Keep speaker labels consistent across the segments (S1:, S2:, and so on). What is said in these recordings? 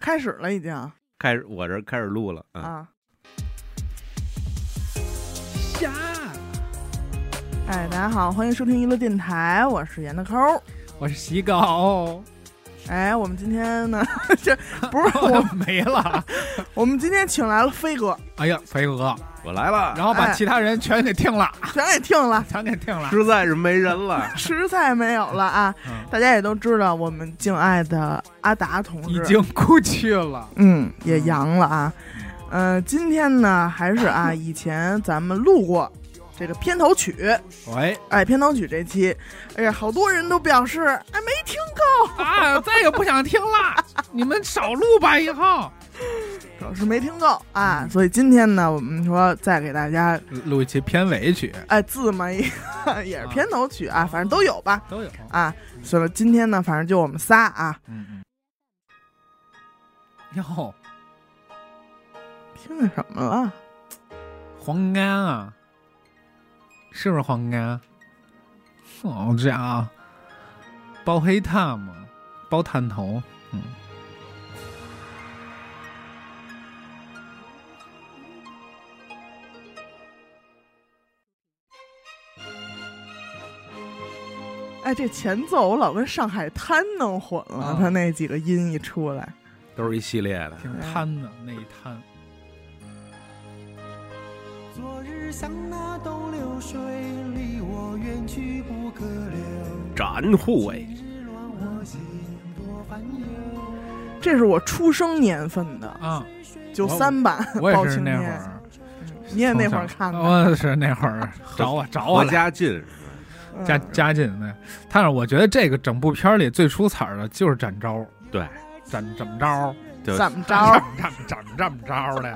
S1: 开始了已经啊。
S2: 开始我这儿开始录了
S3: 嗯
S2: 啊。
S3: 呀，
S1: 哎，大家好，欢迎收听娱乐电台，我是严的抠儿。
S3: 我是洗稿，
S1: 哎，我们今天呢， 这不 是我，
S3: 没 了。
S1: 我们今天请来了飞哥，
S3: 哎呀，肥鹅，
S2: 我来了，
S3: 然后把
S1: 哎
S3: 其他人全给听了，
S1: 全给听了，，
S3: 全给听了。
S2: 实在是没人了
S1: 实在没有了啊！
S3: 嗯，
S1: 大家也都知道，我们敬爱的阿达同
S3: 已
S1: 志，
S3: 经哭泣了。
S1: 嗯，也阳了啊。
S3: 嗯
S1: 呃，今天呢，还是 啊，以前咱们录过这个片头曲，
S3: 喂，
S1: 哎，片头曲这期，哎呀，好多人都表示哎没听够，
S3: 啊，再也不想听 了，你们少录吧，以后
S1: 主要是没听够
S3: 嗯
S1: 啊。所以今天呢，我们说再给大家
S3: 录一期片尾曲
S1: 哎自嘛 一个，也是片头曲啊，反正都有吧
S3: 都有。
S1: 啊。所以今天呢，反正就我们仨啊，
S3: 嗯嗯。哟，
S1: 听见什么
S3: 啊
S1: 了？
S3: 黄安啊，是不是黄安？好家伙，包黑炭嘛，包炭头。
S1: 哎，这前奏我老跟《上海滩》弄混了，
S3: 啊
S1: 他那几个音一出来，
S2: 都是一系列的。
S3: 挺贪的那一摊。
S4: 昨日像那东流水，离我远去不可留。
S2: 展护
S3: 哎
S2: 卫
S4: 今日乱我心，多烦忧。
S1: 这是我出生年份的
S3: 啊，
S1: 九三版 《
S3: 我
S1: 包
S3: 也是
S1: 青
S3: 那会
S1: 天》
S3: 儿，
S1: 嗯，你也那会儿看的，
S3: 我也是那会儿 找我找我
S2: 我
S3: 来
S2: 家近，
S1: 嗯
S3: 加加进的。但是我觉得这个整部片儿里最出彩儿的就是展昭，
S2: 对，
S3: 展怎么着？
S2: 就
S1: 怎么着？
S3: 展展展展昭的。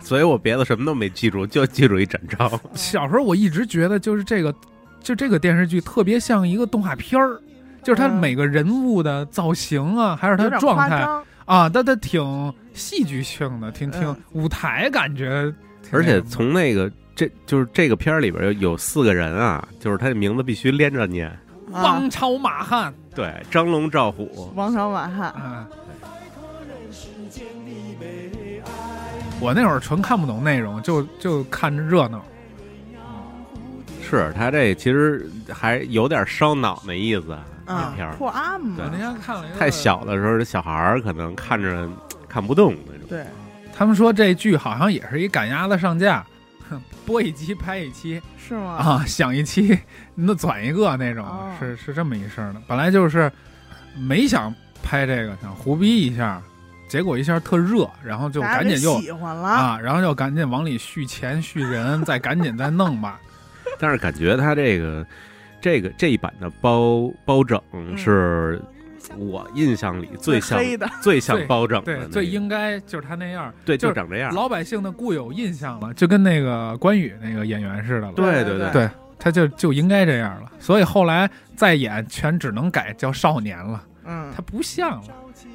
S2: 所以我别的什么都没记住，就记住一展昭。
S3: 小时候我一直觉得，就是这个，就这个电视剧特别像一个动画片儿。就是他
S1: 嗯
S3: 每个人物的造型啊，还是
S1: 有
S3: 他
S1: 点
S3: 状
S1: 夸
S3: 态
S1: 张，
S3: 啊，他他挺戏剧性的，挺挺
S1: 嗯
S3: 舞台感觉挺那什么的。
S2: 而且从那个这就是这个片儿里边有有四个人啊，就是他的名字必须连着念，
S1: 啊
S3: 王朝马汉
S2: 对，张龙赵虎，
S1: 王朝马汉，
S3: 啊，
S4: 摆脱人世间的悲哀。
S3: 我那会儿纯看不懂内容，就就看着热闹。
S2: 是他这其实还有点烧脑那意思，那
S1: 啊
S2: 片儿，
S1: 破案
S3: 我
S1: 嘛
S3: 那，天看了一个，
S2: 太。小的时候，小孩儿可能看着看不动那种。
S1: 对，
S3: 他们说这剧好像也是一赶鸭子上架， 哼播一期拍一期
S1: 是吗？
S3: 啊，想一期 那转一个那种，
S1: 哦
S3: 是是这么一事儿的。本来就是没想拍这个，想胡逼一下，结果一下特热，然后就
S1: 大家
S3: 赶紧
S1: 给
S3: 就
S1: 喜欢了，
S3: 啊，然后就赶紧往里续钱续人，再赶紧再弄 吧。
S2: 但是感觉他这个这个这一版的包包拯是我印象里最像
S1: 黑的，
S2: 最像包拯的那
S3: 对，
S2: 个，
S3: 最应该就是他那样，
S2: 对
S3: 就
S2: 就是长这样。
S3: 老百姓的固有印象了，就跟那个关羽那个演员似的了。
S2: 对
S1: 对
S2: 对
S3: 对他就就应该这样了，所以后来再演全只能改叫少年了，
S1: 嗯
S3: 他，不像了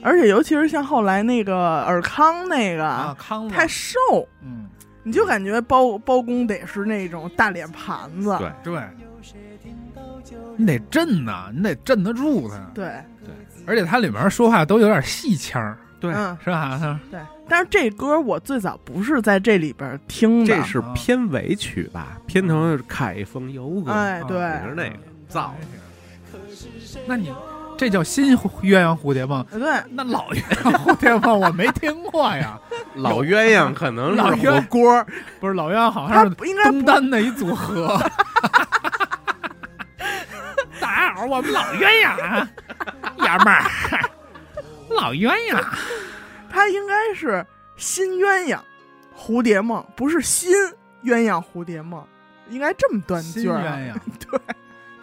S1: 而且尤其是像后来那个尔康那个，
S3: 啊，康了
S1: 太，瘦，
S3: 嗯，
S1: 你就感觉包包公得是那种大脸盘子，
S2: 对
S3: 对，
S4: 有谁听到旧
S3: 你得镇呐，你得镇得住他，
S1: 对
S3: 而且他里面说话都有点戏腔儿，
S2: 对
S1: 嗯
S3: 是吧？ 他
S1: 对。但是这歌我最早不是在这里边听的
S2: 这，是片尾曲吧？片头是《凯风游歌》，
S1: 哎，
S3: 啊
S1: 对，
S2: 也是那个造的。
S3: 那你这叫新鸳鸯蝴蝶梦？
S1: 哎对，
S3: 那老鸳鸯蝴蝶梦我没听过呀，
S2: 老鸳鸯可能
S3: 老
S2: 是
S3: 鸳
S2: 火锅，
S3: 不是老鸳鸯好
S1: 他
S3: 像是
S1: 应该
S3: 东
S1: 不
S3: 单的一组 合。大家好，我们老鸳鸯啊，爷们儿，老鸳鸯，
S1: 他应该是新鸳鸯蝴蝶梦，不是新鸳鸯蝴蝶梦，应该这么断句儿啊，
S3: 鸯， 对，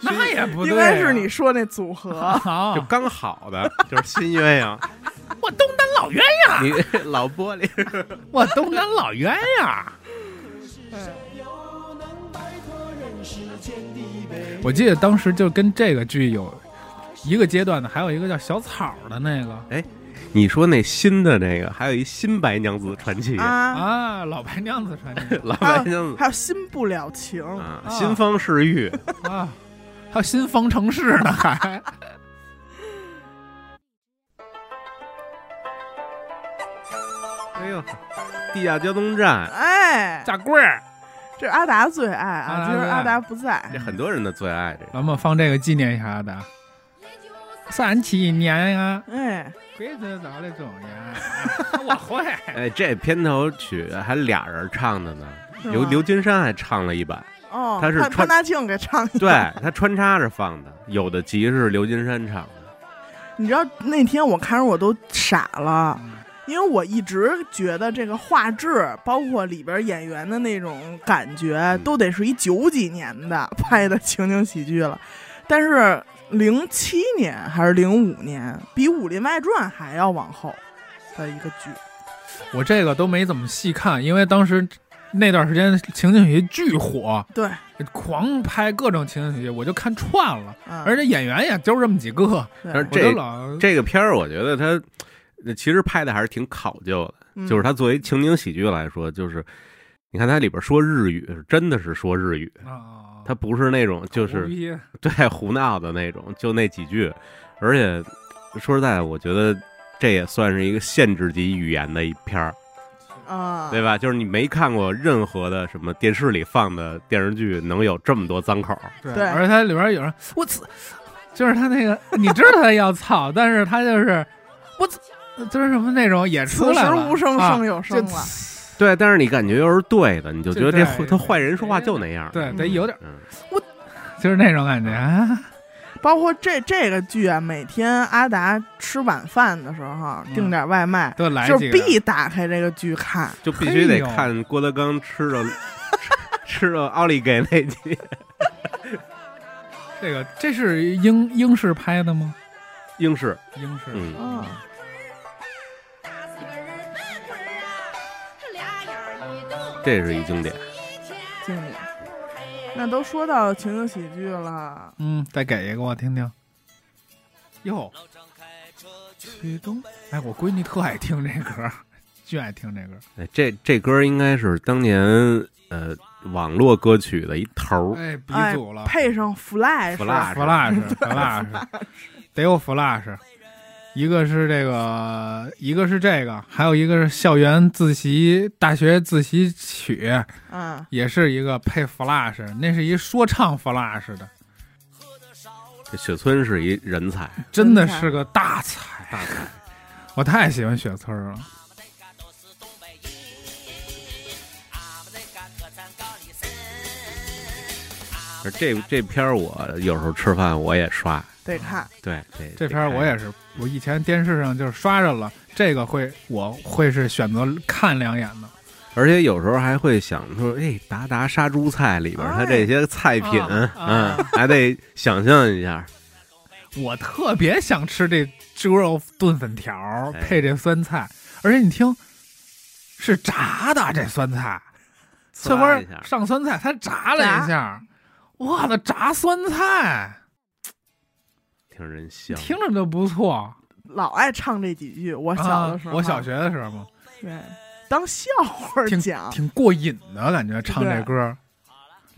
S3: 那也不对、
S1: 应
S3: 啊
S1: 该是你说那组合。
S3: 好
S2: 就，刚好的， 就是新鸳鸯。
S3: 我东单老鸳鸯，
S2: 你老玻璃，
S3: 我东单老鸳鸯。
S4: 又能摆脱人世间的悲
S3: 我记得当时就跟这个剧有一个阶段的，还有一个叫小草的那个
S2: 你说那新的那个，还有一新白娘子传奇，
S1: 啊，
S3: 啊，老白娘子传奇
S2: 老白娘子
S1: 还有新不了情，
S2: 啊，
S3: 啊
S2: 新方世玉，
S3: 啊，还有新方程式呢， 还。
S2: 哎呦，地下交通站
S1: 哎，
S2: 炸柜儿，
S1: 这是阿达最爱啊，
S3: 阿达
S1: 今儿
S3: 最
S1: 阿
S3: 爱
S1: 达不在，
S2: 这很多人的最爱，这个
S3: 咱们放这个纪念一下阿达。三七年呀，
S1: 哎，
S3: 鬼子早了种 呀，我会。
S2: 哎，这片头曲还俩人唱的呢，
S1: 是
S2: 刘
S1: 吗
S2: 刘金山还唱了一版，
S1: 哦，
S2: 他
S1: 潘
S2: 是穿
S1: 潘大庆给唱的。
S2: 对他穿插着放的，有的集是刘金山唱的，
S1: 你知道那天我看着我都傻了，
S3: 嗯
S1: 因为我一直觉得这个画质，包括里边演员的那种感觉，
S2: 嗯
S1: 都得是一九几年的拍的情景喜剧了。但是零七年还是零五年，比《武林外传》还要往后的一个剧。
S3: 我这个都没怎么细看，因为当时那段时间情景喜剧巨火，
S1: 对，
S3: 狂拍各种情景喜剧，我就看串了，
S1: 嗯，
S3: 而且演员也就这么几个，
S1: 对
S2: 而
S3: 我
S2: 这
S3: 就老
S2: 这个片儿我觉得他呃其实拍的还是挺考究的，
S1: 嗯
S2: 就是它作为情景喜剧来说，就是你看它里边说日语，真的是说日语，
S1: 哦
S3: 啊，
S2: 它不是那种就是
S3: 胡逼
S2: 对胡闹的那种，就那几句。而且说实在的，我觉得这也算是一个限制级语言的一片儿，
S1: 啊，
S2: 对吧？就是你没看过任何的什么电视里放的电视剧能有这么多脏口儿，
S3: 对
S1: 对
S3: 而且它里边有人我操，就是他那个， 你知道他要操，但是他就是我操，就是什么那种也出
S1: 此
S3: 来
S1: 时
S3: 了，
S1: 无声
S3: 啊
S1: 胜有声
S3: 就
S1: 了。
S2: 对。但是你感觉又是对的，你就觉得
S3: 对
S2: 这
S3: 对
S2: 他坏人说话就那样儿，
S3: 对，
S1: 嗯
S3: 得有点，
S2: 嗯，
S3: 就是那种感觉啊，
S1: 包括这这个剧啊，每天阿达吃晚饭的时候
S3: 嗯
S1: 订点外卖，
S3: 都来
S1: 就
S3: 几
S1: 是
S3: 个人，
S1: 必打开这个剧看。
S2: 就必须得
S3: 嘿呦
S2: 看郭德纲吃 着吃吃着奥利给那集，
S3: 这个这是英英式拍的吗？
S2: 英式，
S3: 英式，
S2: 嗯
S1: 嗯
S5: 打死个人半棍儿啊，他俩眼儿一瞪，
S2: 这是一经典。
S1: 经理，那都说到情景喜剧了，
S3: 嗯，再给一个我听听。哟，曲东，哎，我闺女特爱听这歌儿，巨爱听这歌儿。
S2: 哎这这歌应该是当年呃网络歌曲的一头儿，
S3: 哎，鼻
S1: 哎
S3: 祖了，
S1: 配上
S3: 哎
S1: Flash，
S2: Flash
S3: Flash Flash 得有 Flash，一个是这个，一个是这个，还有一个是校园自习、大学自习曲，
S1: 嗯，
S3: 也是一个配 Flash，那是一说唱 Flash 的，
S2: 这雪村是一人才，
S3: 真的是个大才大才，我太喜欢雪村儿了。
S2: 而这这片儿我有时候吃饭我也刷，
S1: 得看，
S2: 对，哎
S3: 这片儿我也是，我以前电视上就是刷着了，这个会我会是选择看两眼的。
S2: 而且有时候还会想说，哎，达达杀猪菜里边儿它这些菜品，
S3: 哎啊
S2: 嗯
S3: 啊，
S2: 还得想象一下，
S3: 我特别想吃这猪肉炖粉条儿
S2: 哎
S3: 配这酸菜，而且你听，是炸的这酸菜，翠花
S2: 拉
S3: 儿
S2: 一下，
S3: 上酸菜，它炸了一下，我的炸酸菜
S2: 听人香，
S3: 听着都不错。
S1: 老爱唱这几句。我
S3: 我
S1: 啊小的时候，
S3: 啊我小学的时候嘛，
S1: 对当笑话
S3: 挺
S1: 讲，
S3: 挺过瘾的感觉，唱这
S1: 啊对啊
S3: 歌儿，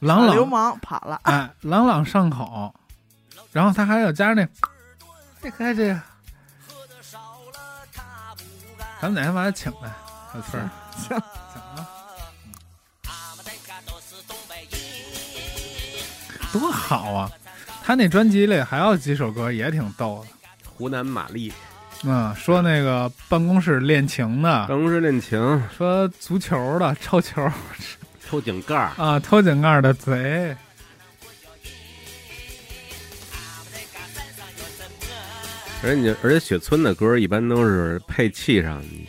S3: 朗朗
S1: 流氓跑了，
S3: 哎，朗朗上口，然后他还有加上那，这开这个，咱们哪天把他请来，小村儿，
S1: 行
S3: 请啊，多好啊！他那专辑里还有几首歌也挺逗的，
S2: 湖南玛丽，
S3: 嗯，说那个办公室恋情的，
S2: 办公室恋情，
S3: 说足球的，抽球
S2: 抽井盖儿，
S3: 啊，偷井盖的贼，
S2: 而且你而且雪村的歌儿一般都是配器上，你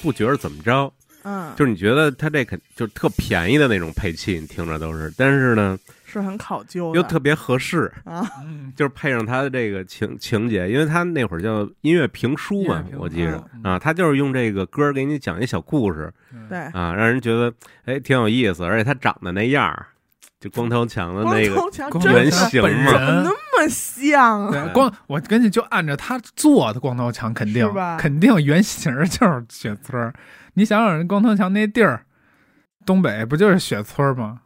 S2: 不觉得怎么
S3: 啊
S2: 着，
S1: 嗯，
S2: 就是你觉得它这肯就是特便宜的那种配器，你听着都是，但是呢
S1: 是很考究的，
S2: 又特别合适，
S1: 啊，
S3: 嗯，
S2: 就是配上他的这个情情节，因为他那会儿叫音乐评书
S3: 音乐
S2: 嘛
S3: 评，书
S2: 我记着
S3: 嗯
S2: 啊，他就是用这个歌给你讲一小故事
S3: 嗯，
S1: 对，
S2: 啊，让人觉得哎挺有意思，而且他长得那样儿，就光头强的
S1: 光
S2: 那个
S1: 头强
S3: 光
S1: 真
S3: 头
S2: 原
S1: 的
S3: 强
S1: 怎
S2: 型
S3: 本
S2: 嘛
S1: 么
S3: 人
S1: 那。么像啊？
S3: 对，光我跟你就按照他做的光头强，肯定
S1: 是吧
S3: 肯定原型儿就是雪村儿。你想想人光头强那地儿，东北不就是雪村儿吗？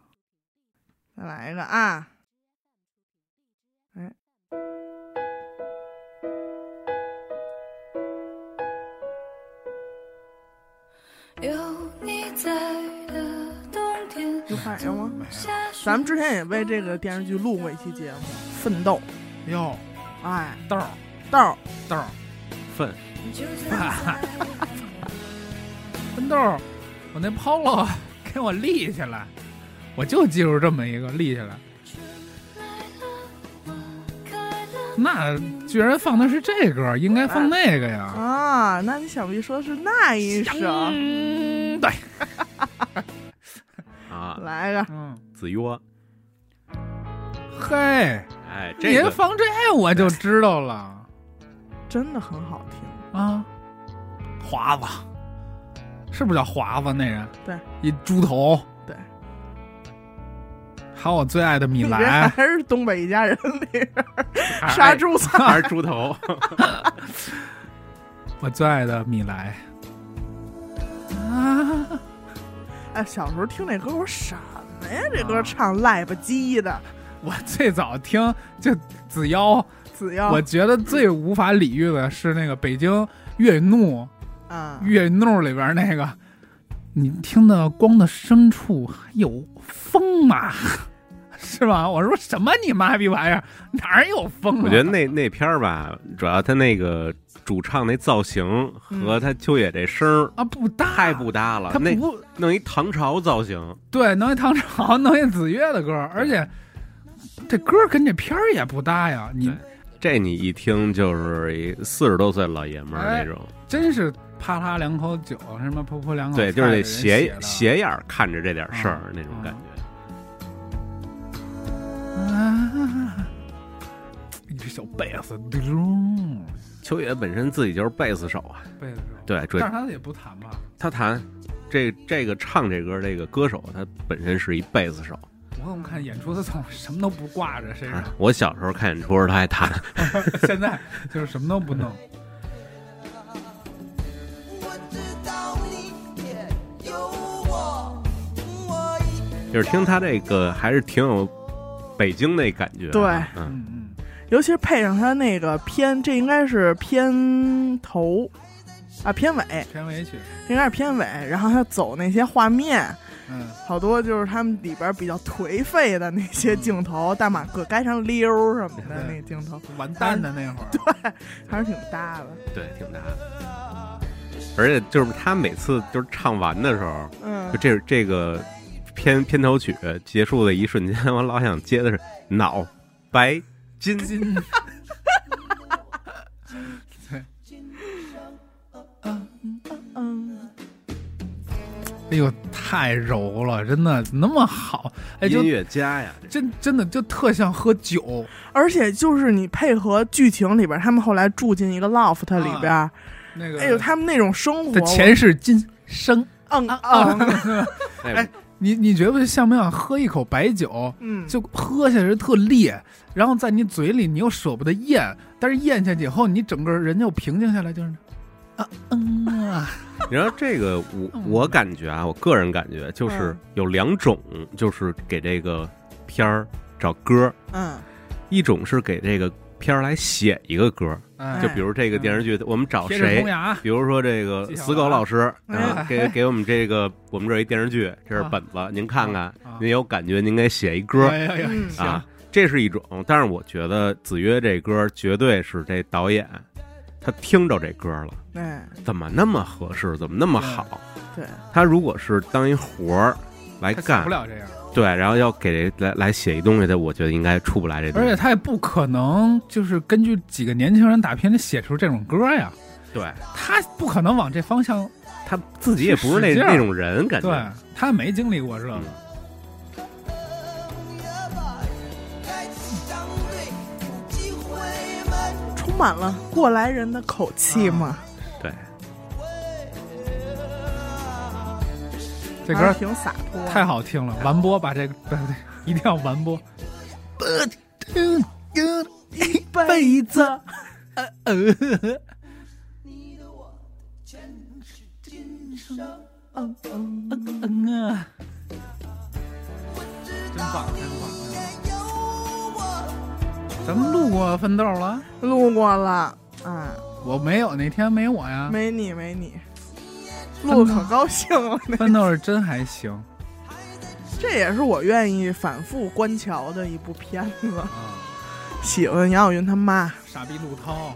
S1: 再来一个啊，哎，
S6: 有你在的冬天，
S1: 有反应吗？
S6: 下雪
S1: 咱们之前也为这个电视剧录过一期节目，《奋斗
S3: 哟，》。
S1: 哎，
S3: 豆儿
S1: 豆儿
S3: 豆儿
S2: 粪
S6: 就算
S3: 奋豆儿，我那 polo 给我立起来，我就记住这么一个立起来，
S6: 开了
S3: 那居然放的是这歌、应该放那个呀。
S1: 哎啊，那你想必说是啊那一首，
S3: 嗯，对，
S2: 啊，
S1: 来个
S3: 嗯，
S2: 子曰，
S3: 嘿，
S2: 哎，这
S3: 您
S2: 个
S3: 放这我就知道了
S1: 真的很好听。
S3: 啊。华子，是不是叫华子那人？
S1: 对，
S3: 一猪头。
S1: 对，
S3: 还有我最爱的 米
S1: 里边
S3: 兰，
S1: 还是东北一家人里边
S2: 还
S1: 杀猪菜，
S2: 还是猪头，
S3: 我最爱的米莱。啊，
S1: 哎，小时候听这歌我说什么呀？这歌唱赖吧唧的，
S3: 我最早听就子妖，
S1: 只要
S3: 我觉得最无法理喻的是那个北京越怒
S1: 啊，
S3: 越怒里边那个，你听到光的深处还有风吗？是吧？我说什么你妈逼玩意儿，哪儿有风、啊？
S2: 我觉得那那片儿吧，主要他那个主唱那造型和他秋野这声儿
S3: 啊不搭，
S2: 太不搭了
S3: 嗯他，
S2: 那
S3: 不
S2: 弄一唐朝造型，
S3: 对，弄一唐朝，弄一子越的歌，而且这歌跟这片儿也不搭呀，你
S2: 对这你一听就是一四十多岁老爷们
S3: 哎
S2: 儿那种，
S3: 真是啪啦两口酒，什么噗噗两口
S2: 对，
S3: 菜
S2: 就是得
S3: 给人
S2: 斜
S3: 的
S2: 斜眼儿看着这点事儿
S3: 嗯
S2: 那种感觉。
S3: 啊，一只小贝斯，咚，
S2: 秋野本身自己就是贝斯手啊，
S3: 贝斯手，
S2: 对，对
S3: 但是他也不弹吧？
S2: 他弹这这个唱这歌这个歌手，他本身是一贝斯手。啊
S3: 我怎么看演出他总什么都不挂着身上，
S2: 我小时候看演出时候他还弹，
S3: 现在就是什么都不弄。
S4: 我知道你也有我，我一
S2: 就是听他这个还是挺有北京那感觉。
S1: 对，
S2: 嗯，
S3: 嗯
S1: 尤其是配上他那个片，这应该是片头啊，片尾
S3: 嗯，片尾曲，
S1: 应该是片尾，然后他走那些画面，
S3: 嗯，
S1: 好多就是他们里边比较颓废的那些镜头，大马搁街上溜儿什么的那
S3: 对
S1: 个镜头，
S3: 完蛋的那会儿，
S1: 还是挺搭的。
S2: 对，挺搭的。而且就是他每次就是唱完的时候，
S1: 嗯
S2: 就，这这个片片头曲结束的一瞬间，我老想接的是脑白金。
S3: 金，对，
S1: 嗯，
S3: 哎呦，太柔了，真的那么好，哎，就
S2: 音乐家呀，这
S3: 真真的就特像喝酒，
S1: 而且就是你配合剧情里边，他们后来住进一个 loft 里边，
S3: 那个，
S1: 哎呦，他们那种生活，
S3: 的啊前世今生。
S1: 嗯
S3: 啊
S1: 嗯，
S2: 哎
S3: 哎，你你觉不像不像喝一口白酒，
S1: 嗯，
S3: 就喝下去特烈，然后在你嘴里你又舍不得咽，但是咽下去以后，你整个人就平静下来，就是啊嗯啊，
S2: 然后这个我
S3: 嗯
S2: 我感觉啊，我个人感觉就是
S1: 嗯
S2: 有两种，就是给这个片儿找歌儿，
S1: 嗯
S2: 一种是给这个片儿来写一个歌儿，
S3: 哎
S2: 就比如这个电视剧，我们找
S3: 贴着
S2: 谁
S3: 铜？牙，
S2: 比如说这个
S3: 纪晓岚
S2: 死狗老师
S1: 哎
S2: 啊，给给我们这个我们这儿一电视剧，这是
S3: 啊
S2: 本子，您看看
S3: 啊，
S2: 您有感觉您给写一歌儿
S3: 哎呀呀，
S1: 嗯
S3: 行
S2: 啊，这是一种。但是我觉得子曰这歌儿绝对是这导演他听着这歌儿了，
S1: 哎，
S2: 怎么那么合适，怎么那么好？
S1: 对，
S2: 他如果是当一活儿来
S3: 他想
S2: 干
S3: 不，了这样，
S2: 对，然后要给来来写一东西的，我觉得应该出不来这东
S3: 而且
S2: 西。
S3: 他也不可能就是根据几个年轻人打拼写出这种歌呀，
S2: 对
S3: 他不可能往这方向，
S2: 他自己也不是那
S3: 使劲儿
S2: 那种人，感
S3: 对
S2: 觉。
S3: 他没经历过这个
S2: 嗯，
S4: 也把该去相对，有机会们
S1: 充满了过来人的口气嘛，
S3: 啊
S2: 对，
S3: 这
S1: 还
S3: 歌
S1: 是挺洒脱的。
S3: 太好听了，完播把这个， 对对，一定要完播。
S1: 一辈子，嗯嗯嗯，
S3: 嗯啊，真棒，真棒！咱们录过奋斗了，
S1: 路过了，啊，
S3: 啊我没有，那天没我呀。
S1: 没你没你，录的可高兴了。那
S3: 翻倒是真还行
S1: 这也是我愿意反复观瞧的一部片子。
S3: 啊。
S1: 喜欢杨晓云他妈，呃
S3: 傻逼陆涛，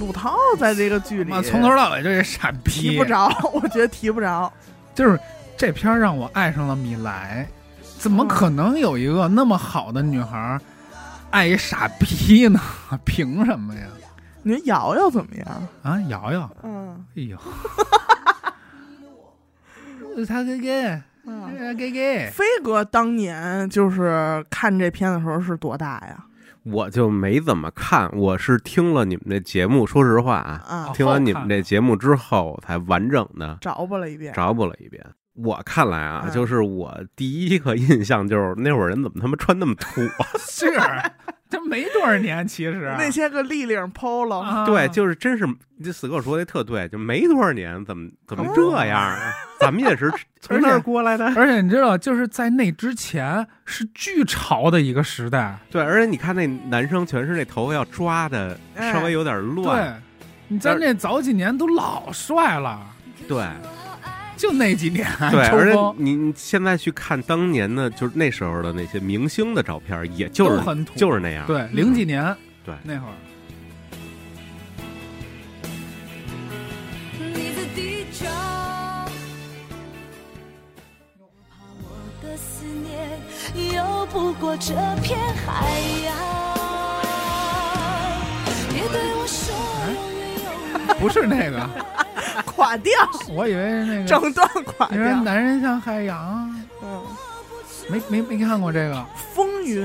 S1: 陆涛在这个剧里
S3: 妈从头到尾就是傻逼，
S1: 提不着， 我觉得提不着。
S3: 就是这片儿让我爱上了米莱，怎
S2: 嗯
S3: 么可能有一个那么好的女孩儿爱一傻逼呢？ 凭什么呀？
S1: 你说瑶瑶怎么样？
S3: 啊，瑶瑶，
S1: 嗯
S3: 哎呦，他哥哥，
S1: 嗯，
S3: 他哥哥，
S1: 飞哥当年就是看这片的时候是多大呀？
S2: 我就没怎么看，我是听了你们这节目，说实话啊，
S1: 啊
S3: 哦，
S2: 听完你们这节目之后才完整的
S1: 找吧了一遍。
S2: 找补了一遍。我看来啊，
S1: 嗯
S2: 就是我第一个印象就是那会儿人怎么他妈穿那么土 啊？
S3: 是，他没多少年，其实
S1: 那些个立领 polo，、
S3: 啊
S2: 对，就是真是这死狗说的特对，就没多少年，怎么怎么这样啊？咱们也 是从那儿过来的。
S3: 而且你知道，就是在那之前是巨潮的一个时代，
S2: 对，而且你看那男生全是那头发要抓的，
S1: 哎
S2: 稍微有点乱。
S3: 对，你在那早几年都老帅了，
S2: 对
S3: 就那几年
S2: 对，
S3: 抽
S2: 而且
S3: 风
S2: 你你现在去看当年的，就是那时候的那些明星的照片，也就
S3: 都
S2: 是
S3: 很土，
S2: 就是那样。
S3: 对零几年
S2: 啊对
S3: 那会儿，
S6: 你的地球。我怕我的思念游不过这片海洋。别对我说永远有你。
S3: 不是那个，
S1: 垮掉，
S3: 我以为是那个。
S1: 整段垮
S3: 你说
S1: 掉。
S3: 男人像海洋，
S1: 嗯，
S3: 没没没看过这个？
S1: 风云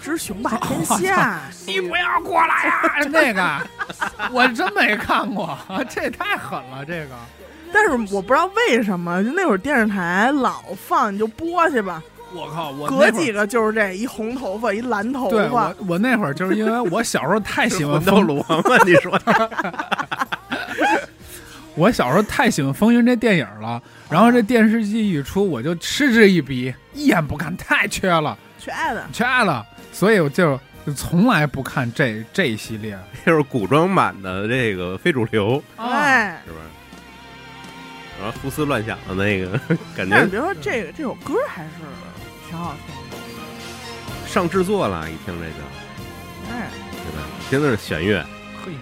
S1: 之雄霸天下，
S3: 你不要过来呀、 那个，我真没看过， 这太狠了，这个。
S1: 但是我不知道为什么，就那会儿电视台老放，你就播去吧。
S3: 我靠，我
S1: 隔
S3: 哦那会儿
S1: 几个就是这一红头发，一蓝头
S3: 对
S1: 发
S3: 我，我那会儿就是因为我小时候太喜欢
S2: 都
S3: 风
S2: 嗯罗嘛，你 说
S3: 我小时候太喜欢《风云》这电影了，然后这电视剧一出，我就嗤之以鼻，一眼不看，太缺了，
S1: 缺的。
S3: 缺了，所以我就从来不看这这一系列。
S2: 就是古装版的这个非主流，
S3: 哎，
S1: 哎，
S2: 是吧？然后胡思乱想的那个感
S1: 但是
S2: 觉
S1: 别说这个这首歌还是挺好听
S2: 上制作了，一听这就，
S1: 的。哎，
S2: 对吧？真的是弦乐，
S3: 嘿，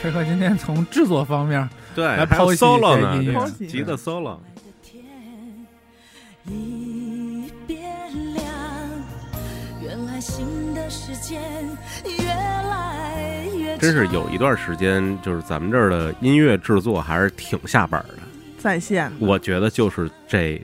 S3: 飞哥今天从制作方面，
S2: 对，
S3: 来
S2: 哎还有
S3: 剖析一下
S2: solo 呢，
S3: 音
S2: 对
S3: 乐
S2: 吧
S1: 剖析一下
S2: 吉他 solo，
S6: 我的天已变亮，原来新的时间越来越长。
S2: 真是有一段时间，就是咱们这儿的音乐制作还是挺下本儿的。
S1: 在线的，
S2: 我觉得就是这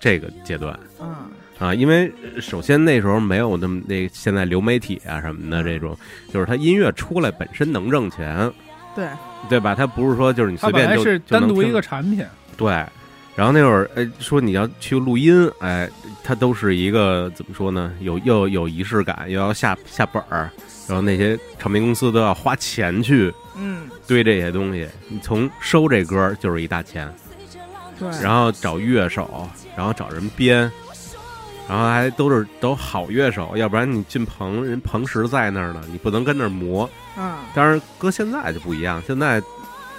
S2: 这个阶段
S1: 嗯，
S2: 啊，因为呃首先那时候没有那么那现在流媒体啊什么的这种，就是它音乐出来本身能挣钱，
S1: 对，
S2: 对吧？它不是说就是你
S3: 它
S2: 随
S3: 本
S2: 便
S3: 来
S2: 就是就
S3: 单
S2: 能
S3: 独一
S2: 听
S3: 个产品，
S2: 对，然后那会儿，哎，说你要去录音，哎，它都是一个怎么说呢？有又有仪式感，又要下下本儿，然后那些唱片公司都要花钱去
S1: 嗯，
S2: 堆这些东西。你从收这歌儿就是一大钱，
S1: 对，
S2: 然后找乐手，然后找人编，然后还都是都好乐手，要不然你进棚人棚石在那儿呢，你不能跟那儿磨。
S1: 嗯，
S2: 当然，搁现在就不一样，现在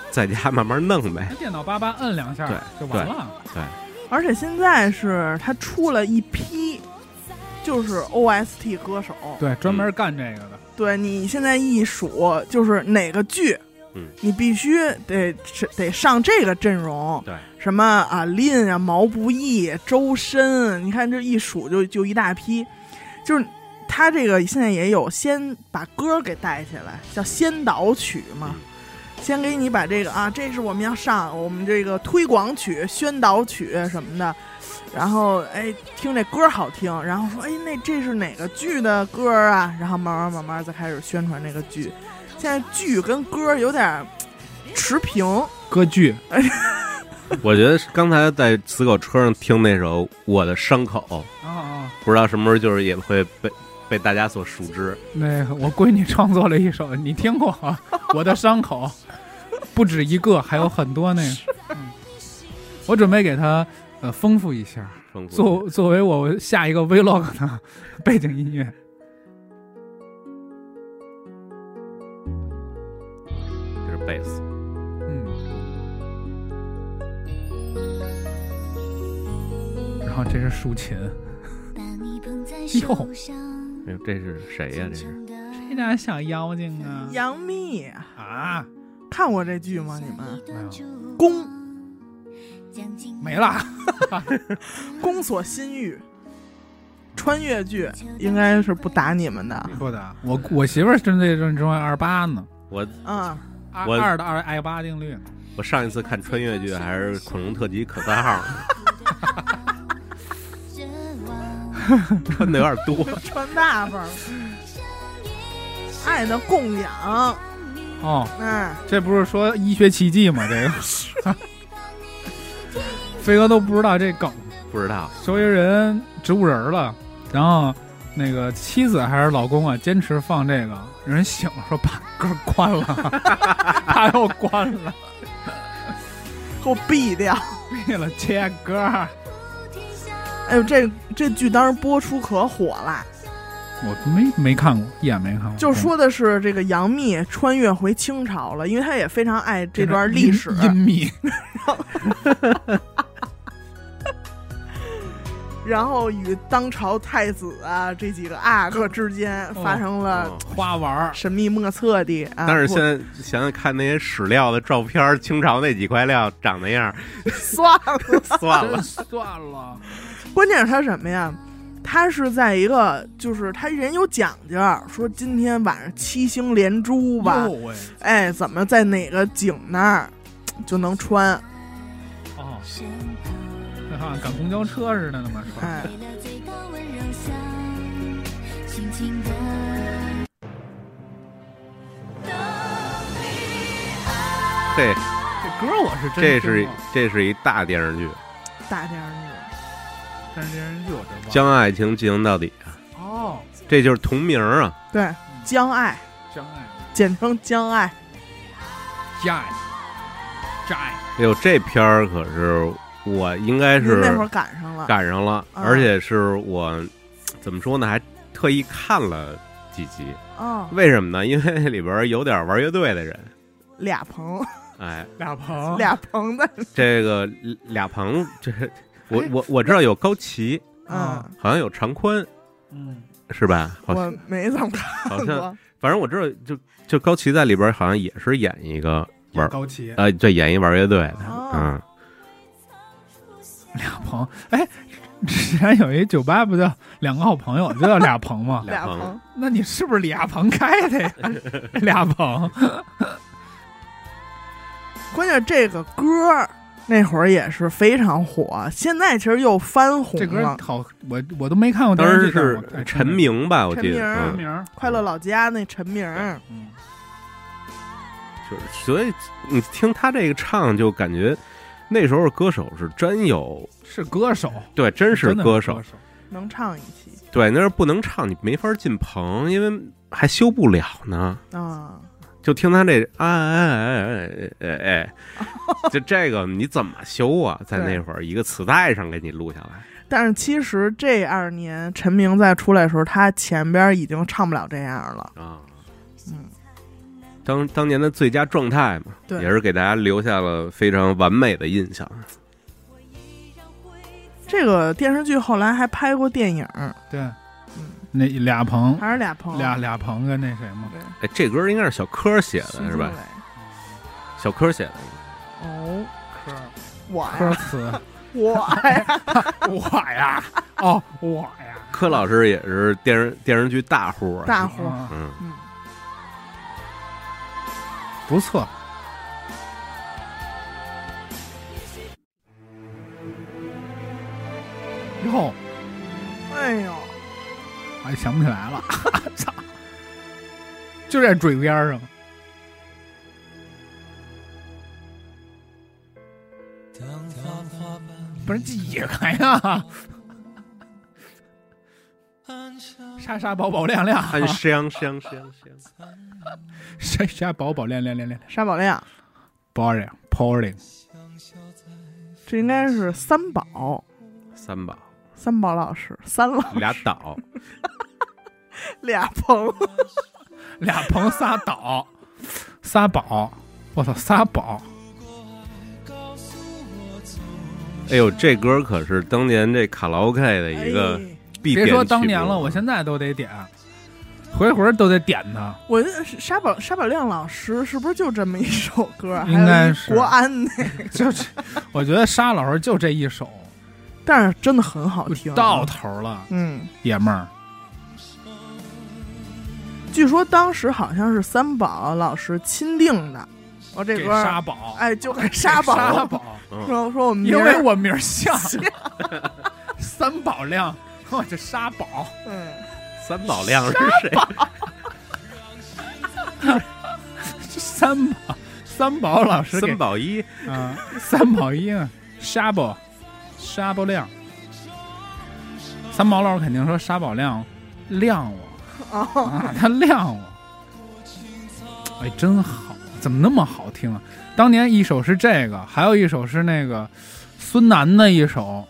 S2: 在家慢慢弄呗
S3: 那。电脑叭叭摁两下
S2: 对
S3: 就完了。
S1: 而且现在是他出了一批，就是 OST 歌手，
S3: 对，专
S2: 嗯
S3: 门干这个的。
S1: 对你现在一数，就是哪个剧，
S2: 嗯
S1: 你必须得是得上这个阵容，
S2: 对，
S1: 什么啊林啊、毛不易、周深，你看这一数就就一大批，就是他这个现在也有先把歌给带起来，叫先导曲嘛。先给你把这个啊，这是我们要上我们这个推广曲、宣导曲什么的，然后哎，听这歌好听，然后说哎，那这是哪个剧的歌啊？然后慢慢慢慢再开始宣传这个剧。现在剧跟歌有点儿持平，
S3: 歌剧
S2: 我觉得刚才在死狗车上听那首《我的伤口》，
S3: 啊啊，
S2: 不知道什么时候就是也会被被大家所熟知。
S3: 那个我闺女创作了一首，你听过啊？我的伤口不止一个，还有很多那个。嗯我准备给她呃丰富一下，
S2: 丰富
S3: 作作为我下一个 vlog 的背景音乐。
S2: 就是贝斯。
S3: 嗯。然后这是竖琴，哟，
S2: 哎呦，这是谁呀、这是
S3: 这俩小妖精啊
S1: 杨幂
S3: 啊，
S1: 看过这剧吗？你们
S3: 没有
S1: 宫
S3: 没了。
S1: 《宫锁心玉》穿越剧应该是不打你们的，
S3: 不的，啊我我媳妇儿正在正中二八呢，
S2: 我
S1: 嗯，
S3: 二
S2: 我
S3: 二的二二八定律。
S2: 我上一次看穿越剧还是《恐龙特辑》可三号呢，穿的有点多。
S1: 穿大发了，《爱的供养》
S3: 哦，
S1: 哎，
S3: 这不是说医学奇迹吗？这 个，飞哥都不知道这梗。
S2: 不知道，
S3: 周围人植物人儿了，然后那个妻子还是老公啊，坚持放这个，有人醒了说把歌关了， 他又关了，
S1: 给我毙掉！
S3: 为了切歌儿，
S1: 哎呦，这这剧当时播出可火了，
S3: 我没没看过，一眼没看过。
S1: 就是说的是这个杨幂穿越回清朝了，因为她也非常爱这段历史。
S2: 嗯
S3: 真的阴阴密，
S1: 然后与当朝太子啊这几个阿哥之间发生了
S2: 嗯
S3: 花玩儿。
S1: 神秘莫测的啊，
S2: 但是现在想想看那些史料的照片儿，清朝那几块料长那样儿，
S1: 算了，
S2: 算了
S3: 真。算了，
S1: 关键是他什么呀？他是在一个，就是他人有讲究，说今天晚上七星连珠吧
S3: 哟，喂，
S1: 哎，怎么在哪个井那儿就能穿？
S3: 哦，那好像赶公交车似的那么说。
S1: 哎，
S2: 这
S3: 这歌儿我是
S2: 这
S3: 真
S2: 是
S3: 听过
S2: 这是一大电视剧，
S1: 大电视
S3: 但是这人就我真忘了
S2: 《将爱情进行到底》，啊
S3: 哦，
S2: 这就是同名儿啊。
S1: 剧，对，江爱，
S3: 将爱
S1: 简称江爱，
S3: 债债
S2: 哎呦，这片儿可是我应该
S1: 您
S2: 是
S1: 那会儿赶上了，
S2: 赶上了，
S1: 啊
S2: 而且是我怎么说呢，还特意看了几集。
S1: 哦，
S2: 为什么呢？因为那里边有点玩乐队的人。
S1: 俩棚，
S2: 哎，
S3: 俩鹏
S1: 俩棚的，
S2: 这个俩鹏，这我我我知道有高旗，
S1: 嗯
S3: 啊，
S2: 好像有常宽，
S3: 嗯，
S2: 是吧？哦好像
S1: 我没怎么看
S2: 好像，
S1: 过，哦
S2: 反正我知道，就就高旗在里边好像也是演一个玩，
S4: 嗯
S3: 高旗
S2: 呃，对，演一玩乐队的，
S1: 哦
S2: 嗯，？
S3: 俩鹏，哎，之前有一酒吧不叫两个好朋友，就叫 俩鹏吗
S1: 俩
S2: 俩棚
S1: 棚，
S3: 那你是不是俩鹏开的 呀？俩鹏，
S1: 关键这个歌儿那会儿也是非常火，现在其实又翻红
S3: 这歌
S1: 了。
S3: 好，我我都没看过
S2: 当
S3: 电视
S2: 时
S3: 剧，但我
S2: 是
S3: 看
S2: 陈，明吧，我记得，
S1: 陈明
S3: 陈
S2: 嗯，
S3: 明儿，
S1: 快乐老家那陈明儿，
S3: 嗯，
S2: 就是所以你听他这个唱，就感觉那时候歌手是真有，
S3: 是歌手，
S2: 对，真是
S3: 真的
S2: 歌
S3: 手
S2: 手，，
S1: 能唱一期
S2: 对，那是不能唱，你没法进棚，因为还修不了呢。
S1: 啊？
S2: 就听他这哎哎哎哎哎哎，就这个你怎么修啊？在那会儿一个磁带上给你录下来，
S1: 但是其实这二年陈明在出来的时候，他前边已经唱不了这样了。
S2: 啊，
S1: 嗯，
S2: 当当年的最佳状态嘛，
S1: 对
S2: 也是给大家留下了非常完美的印象。
S1: 这个电视剧后来还拍过电影，
S3: 对
S1: 嗯，
S3: 那俩鹏，
S1: 还是俩朋友
S3: 俩俩鹏跟那谁嘛，
S2: 哎，这歌应该是小柯写的是吧？？小柯写的，
S1: 哦，
S3: 歌
S1: 我呀
S3: 歌词，
S1: 我呀，
S3: 我呀，哦，我呀，
S2: 柯老师也是电视电视剧大户啊，
S1: 大户，
S3: 嗯
S2: 嗯，
S1: 嗯，
S3: 不错，哟，
S1: 哎呦，
S3: 还哎想不起来了， 操！就在嘴边儿上，不是解开啊呀， 沙沙宝宝亮亮，啊
S2: 很香香香香。
S3: 沙沙宝宝亮亮亮亮
S1: 沙宝亮，
S3: ，boring boring，
S1: 这应该是三宝，
S2: 三宝
S1: 三宝老师，三老
S2: 俩岛，
S1: 俩朋友
S3: 俩棚仨岛，仨宝，我操，仨宝，
S2: 哎呦，这歌可是当年这卡拉 OK 的一个
S1: 哎
S2: 必点
S3: 别
S2: 曲目。啊
S3: 说当年了，我现在都得点，回回都得点它。
S1: 我那是沙宝沙宝亮老师是不是就这么一首歌？还有
S3: 应该
S1: 一
S3: 是
S1: 国安那，
S3: 就是，我觉得沙老师就这一首
S1: 但是真的很哦好听。
S3: 到头了，
S1: 嗯，
S3: 爷们儿，
S1: 据说当时好像是三宝老师钦定的，我这
S3: 给
S1: 歌
S3: 沙
S1: 儿，
S3: 宝，
S1: 哎，就给沙宝，
S3: 沙宝，
S1: 说说我们
S3: 因
S1: 明
S3: 为
S1: 儿，
S3: 我名儿像三宝亮， 我这沙宝，
S1: 嗯，
S2: 三宝亮是谁？
S3: 这三宝，三宝老师给
S2: 三宝一，
S3: 啊，三宝一啊，沙宝，沙宝亮，三宝老师肯定说沙宝亮亮我
S1: 哦，
S3: 啊，他亮我，哎，真好，怎么那么好听啊？当年一首是这个，还有一首是那个孙楠的一首，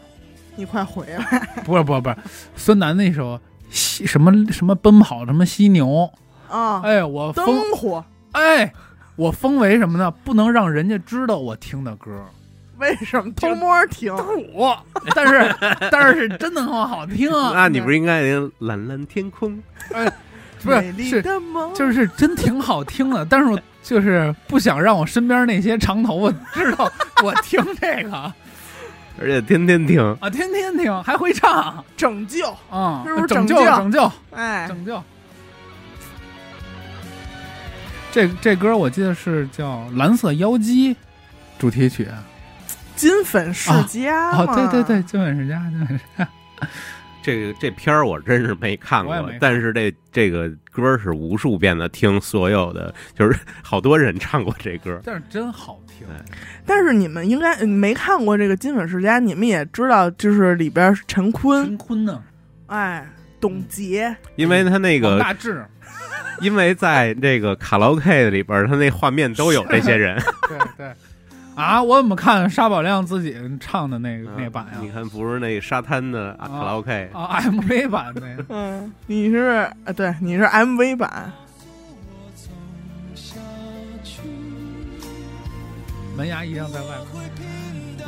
S1: 你快回来，
S3: 不是不是不是，孙楠那首犀什么什么奔跑什么犀牛，
S1: 啊，
S3: 哎，我封
S1: 灯火，
S3: 哎，我封为什么呢？不能让人家知道我听的歌。
S1: 为什么偷摸儿听？
S3: 我， 但是但是真的很好听啊！
S2: 那你不是应该蓝蓝天空？
S3: 不是
S1: 美丽
S3: 是
S1: 的梦，
S3: 就是是真挺好听的，但是我就是不想让我身边那些长头发知道我听这个啊，
S2: 而且天天听，
S3: 天天听还会唱
S1: 拯救，
S3: 啊
S1: 是不，是
S3: 拯
S1: 拯
S3: 救
S1: 救
S3: 拯救
S1: 哎，
S3: 拯救。这这歌我记得是叫《蓝色妖姬》主题曲啊
S1: 金粉世家
S3: 哦，
S1: 嘛
S3: 对对对，，金本世家，金本世家，
S2: 这个这片儿我真是没看过
S3: 我也没看，
S2: 但是这这个歌是无数遍的听，所有的就是 好多人唱过这歌。
S3: 但是真好听。
S1: 但是你们应该嗯没看过这个《金粉世家》，你们也知道，就是里边陈坤，
S3: 陈坤呢，
S1: 哎，董洁，
S2: 因为他那
S3: 王
S2: 个，
S3: 大治，
S2: 因为在这个卡拉 OK 里边儿，他那画面都有这些人。
S3: 对对。啊，我怎么看沙宝亮自己唱的那个
S1: 嗯
S3: 那版啊
S2: 啊你
S3: 呀？
S2: 看不是那沙滩的啊
S3: 啊
S2: 卡拉 OK，
S3: 啊，MV 版 的呀
S1: 嗯，你是呃，对，你是 MV 版，
S3: 门牙一样在外面。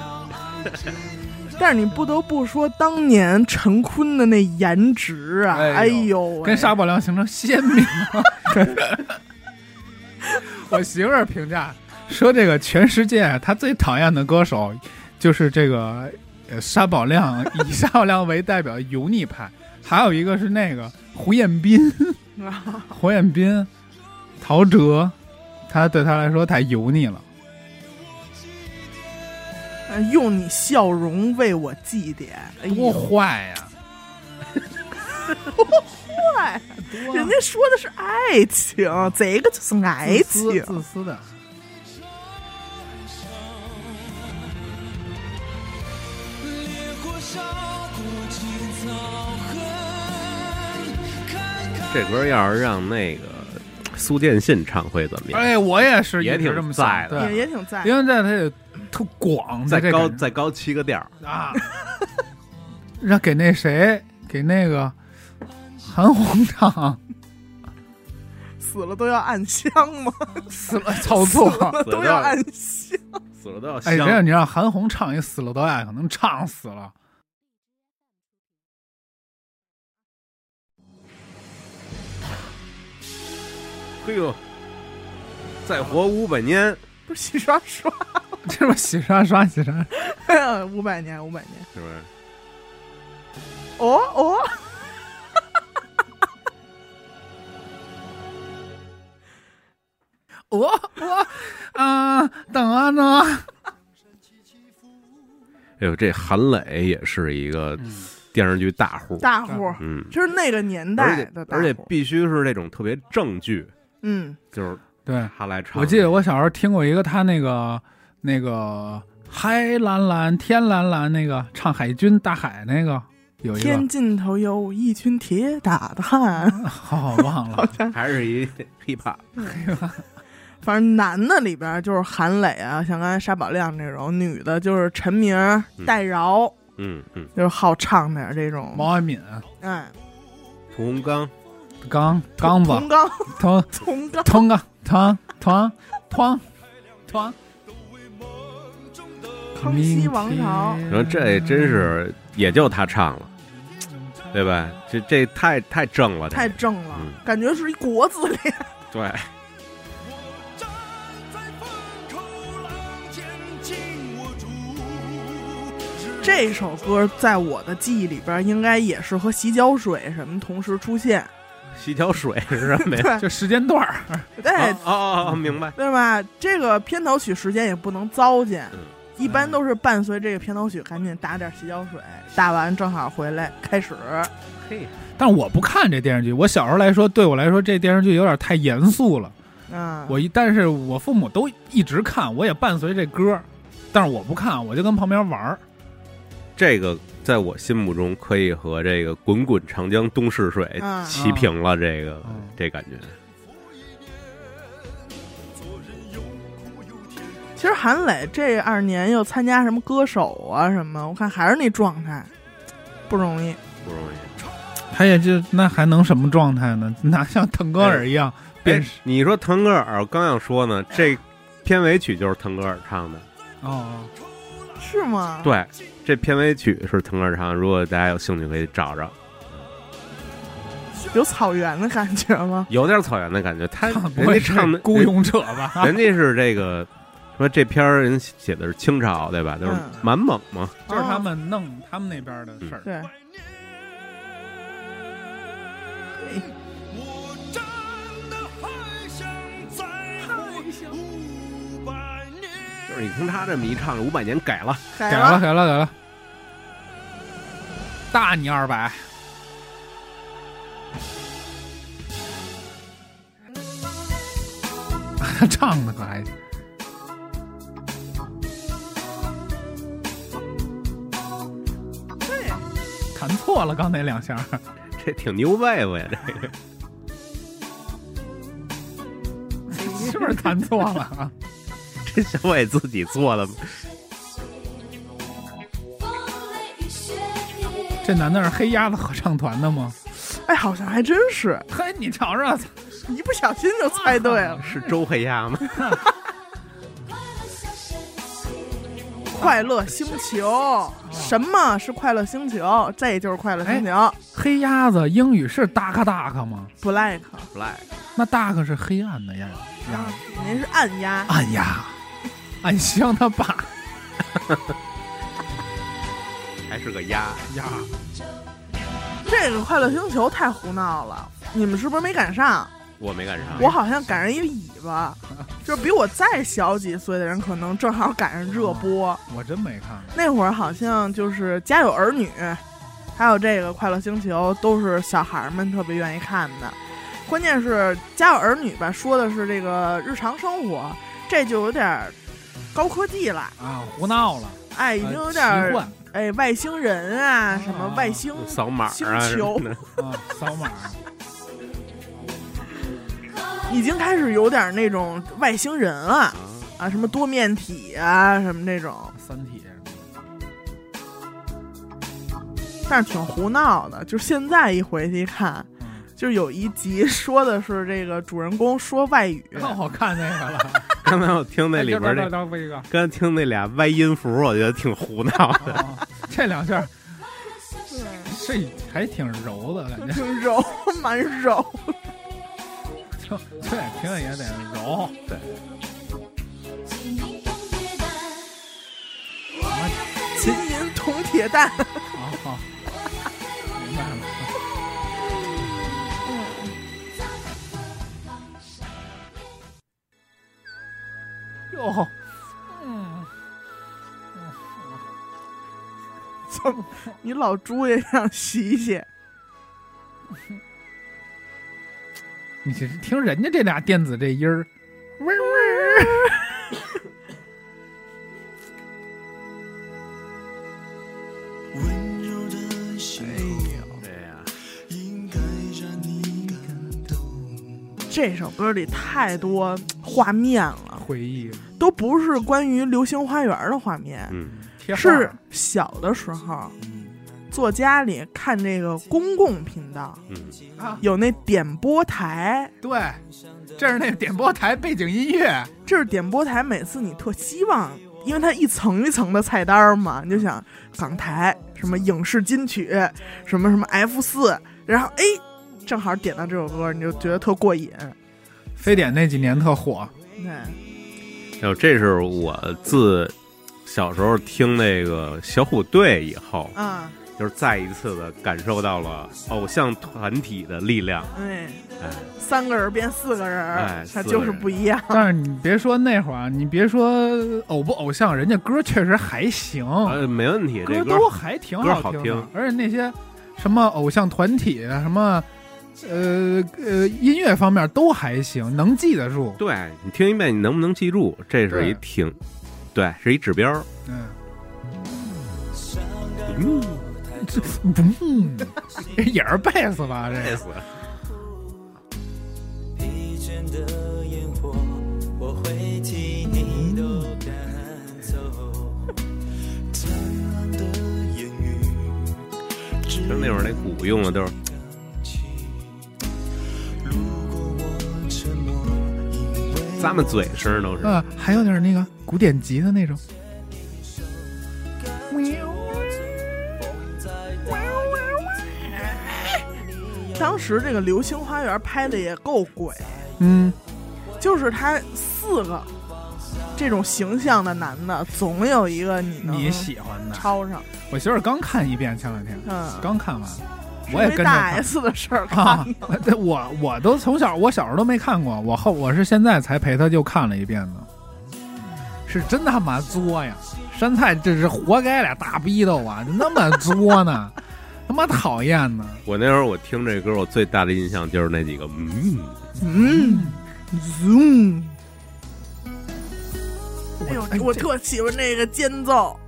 S1: 但是你不得不说，当年陈坤的那颜值啊，
S3: 哎
S1: 哎
S3: 呦
S1: 呦喂，
S3: 跟沙宝亮形成鲜明。 我媳妇儿评价说，这个全世界她最讨厌的歌手就是这个呃沙宝亮， 以沙宝亮为代表油腻派，还有一个是那个胡彦 斌，胡彦斌、陶喆，他对他来说太油腻了。
S1: 哎用你笑容为我祭奠，哎
S3: 多啊
S1: 呦，
S3: 坏呀、
S1: 坏
S3: 多
S1: 人家说的是爱情，这个就是爱
S3: 自私
S1: 情，
S3: 自私的。
S4: 烈火烧过今早恨，看看
S2: 这歌要是让那个苏建信唱会怎么样？
S3: 哎，我也是，
S2: 也
S3: 一直
S2: 挺
S3: 这么
S2: 在
S3: 想
S2: 的
S1: 也
S3: 对，
S1: 也挺赞。
S3: 因为这他也特广，
S2: 再
S3: 这
S2: 高
S3: 感觉
S2: 再高七个调儿，
S3: 啊，让给那谁，给那个韩红唱
S1: 死了都要暗香吗？
S3: 死了操作。
S1: 了都要暗香。
S2: 死了都要
S3: 哎，
S2: 香。
S3: 这样你让韩红唱一死了都爱，可能唱死了。
S2: 哎呦，再活五百年
S1: 不是洗刷刷，哎
S3: 这不洗刷刷洗刷，
S1: 五百年，五百年。
S2: 是不是？
S1: 哦 哦，哦
S3: 我我啊，等啊等啊，
S2: 哎呦，这韩磊也是一个
S3: 嗯
S2: 电视剧大户，
S1: 大户儿，
S2: 嗯，
S1: 就是那个年
S2: 而
S1: 代
S2: 且
S1: 的大
S2: 而
S1: 户
S2: 且
S1: 儿。
S2: 必须是那种特别正剧，
S1: 嗯，
S2: 就是
S3: 对。
S2: 他来唱。
S3: 我记得我小时候听过一个他那个那个海蓝蓝天蓝蓝那个唱海军大海那个有一个
S1: 天，尽头有一群铁打的 汉，
S3: 好好忘了
S2: 还是一 hiphop，
S1: 反正男的里边儿就是韩磊啊，像刚才沙宝亮这种；女的就是陈明儿、戴娆，
S2: 嗯嗯，
S1: 就是好唱点儿这种。
S3: 毛阿敏、啊
S1: 哎，
S2: 屠洪刚，
S3: 刚刚子、
S1: 童刚，
S3: 童啊
S1: 童刚，
S3: 童刚、唐唐唐团。
S1: 康熙王朝
S2: 你说这真是也就他唱了，对吧？这这太太正了，这
S1: 太正了
S2: 嗯，
S1: 感觉是一国字脸。
S2: 对。
S4: 站在风口浪尖，紧握住。
S1: 这首歌在我的记忆里边，应该也是和洗脚水什么同时出现。
S2: 洗脚水是什么呀？
S3: 这时间段儿，
S1: 对
S2: 哦，哦哦，明白。
S1: 对吧？这个片头曲时间也不能糟践
S2: 嗯，
S1: 一般都是伴随这个片头曲，赶紧打点洗脚水，打完正好回来开始。
S2: 嘿，
S3: 但我不看这电视剧。我小时候来说，对我来说这电视剧有点太严肃了。
S1: 嗯，
S3: 我一，但是我父母都一直看，我也伴随这歌，但是我不看，我就跟旁边玩儿。
S2: 这个在我心目中可以和这个“滚滚长江东逝水”
S1: 嗯
S2: 齐平了，这个
S3: 嗯
S2: 这感觉。
S1: 其实韩磊这二年又参加什么歌手啊什么，我看还是那状态，不容易。
S2: 不容易。
S3: 他也就那还能什么状态呢？哪像腾格尔一样变
S2: 哎，你说腾格尔，我刚想说呢，这片尾曲就是腾格尔唱的。
S3: 哦，
S1: 是吗？，
S2: 对，这片尾曲是腾格尔唱的。如果大家有兴趣，可以找找，
S1: 有草原的感觉吗？
S2: 有点草原的感觉。他
S3: 不
S2: 哎人家
S3: 会是
S2: 唱的
S3: 孤，勇啊者吧？
S2: 人家是这个说这篇儿人写的是清朝，对吧？就是
S1: 嗯
S2: 满蒙嘛。
S3: 就是他们弄他们那边的事儿。
S1: 对，
S4: 我真的还想再活五百年。
S2: 就是你听他这么一唱，五百年改了。
S1: 改
S3: 改了，改了，改了，大你二百。他 唱的可还行，
S1: 对，
S3: 弹错了刚才两下。
S2: 这挺牛掰吧呀，这个
S3: 是不是弹错了啊？
S2: 这小伟自己做的吗，
S3: 这难道是黑鸭子合唱团的吗？
S1: 哎，好像还真是
S3: 嘿，你尝尝，
S1: 一不小心就猜对了。
S2: 是周黑鸭吗？
S1: 快乐星球，什么是快乐星球？这就是快乐
S2: 哎
S1: 星球、
S3: 黑鸭子英语是 dark dark 吗？
S1: b l a c
S2: 不赖，
S3: 那 dark 是黑暗的呀，鸭
S1: k
S3: 子
S1: 您是暗压，
S3: 暗鸭，暗香他爸
S2: 还是个鸭。
S3: 呀，
S1: 这个快乐星球太胡闹了，你们是不是没赶上？
S2: 我没赶上，
S1: 我好像赶上一尾巴，就是比我再小几岁的人，可能正好赶上热播。
S3: 我真没看过。
S1: 那会儿好像就是《家有儿女》，还有这个《快乐星球》，都是小孩儿们特别愿意看的。关键是《家有儿女》吧，说的是这个日常生活，这就有点儿高科技了，
S3: 啊，胡闹了，呃
S1: 哎，已经有点儿
S3: 奇幻
S1: 哎外星人啊，什么
S3: 啊
S1: 外星
S2: 扫码
S1: 星
S2: 啊什
S1: 球
S2: 么的，
S3: 啊，扫码，
S1: 已经开始有点那种外星人了啊，什么多面体啊，什么这种，
S3: 三体，
S1: 但是挺胡闹的。就是现在一回去一看，
S3: 嗯，
S1: 就是有一集说的是这个主人公说外语，
S3: 那我看那个 了，
S2: 刚才我听那里边
S3: 哎
S2: 那，
S3: 这这这一个，
S2: 刚才听那俩歪音符，我觉得挺胡闹 的。
S3: 啊这两下是还挺柔的感觉。
S1: 挺柔，蛮柔。
S3: 就对，听着也得柔。
S2: 对，
S1: 金银铜铁蛋，
S3: 啊，好，明白了。 哟，嗯，
S1: 怎么你老朱也想洗洗？
S3: 你这听人家这俩电子这音儿，
S4: 温柔的星空，
S2: 对呀，
S4: 应该让你感动。
S1: 这首歌里太多画面了，
S3: 回忆
S1: 都不是关于流星花园的画面，
S2: 嗯，
S3: 贴画
S1: 是小的时候坐家里看这个公共频道，
S2: 嗯，
S3: 啊，
S1: 有那点播台，
S3: 对，这是那点播台背景音乐，
S1: 这是点播台，每次你特希望，因为它一层一层的菜单儿嘛，你就想港台什么影视金曲，什么什么 F 四，然后哎，正好点到这首歌，你就觉得特过瘾。
S3: 非典那几年特火，
S1: 对，
S2: 还有这是我自小时候听那个小虎队以后，
S1: 啊，
S2: 就是再一次的感受到了偶像团体的力量。
S1: 哎，
S2: 哎，
S1: 三个人变四个人儿，
S2: 哎
S1: 它
S2: 四个
S1: 就是
S2: 人
S1: 不一样。
S3: 但是你别说那会儿啊，你别说偶不偶像，人家歌确实还行，
S2: 呃，没问题，这
S3: 哦歌
S2: 歌
S3: 都还挺
S2: 歌
S3: 好
S2: 好
S3: 听的，
S2: 听
S3: 而且那些什么偶像团体啊，什么呃呃音乐方面都还行，能记得住。
S2: 对你听一遍，你能不能记住？这是一
S3: 对
S2: 挺，对，是一指标。
S3: 嗯，
S2: 嗯，
S3: 这嗯，这也是贝斯吧？这
S2: 累
S3: 个
S2: 死。
S7: 疲倦的烟火，我会替你都赶走。灿烂的烟雨，只
S2: 就那会儿那鼓用的都是，
S7: 起。如果我沉默，因为
S2: 咂巴嘴声儿都是。
S3: 啊，还有点那个古典吉的那种。
S1: 当时这个《流星花园》拍的也够鬼，
S3: 嗯，
S1: 就是他四个这种形象的男的，总有一个你能
S3: 你喜欢的，
S1: 抄上。
S3: 我媳妇儿刚看一遍，前两天
S1: 嗯，
S3: 刚看完，
S1: 是
S3: 我也
S1: 为
S3: 跟着
S1: 大
S3: 看
S1: S 的事儿看
S3: 啊
S1: 的。，
S3: 对我我都从小我小时候都没看过，我后我是现在才陪她就看了一遍呢，是真他妈作呀！山菜这是活该俩大逼斗啊，那么作呢， 他妈讨厌呢！
S2: 我那会儿我听这歌，我最大的印象就是那几个嗯，
S1: 嗯，zoom。哎呦，我
S3: 这
S1: 特喜欢那个间奏，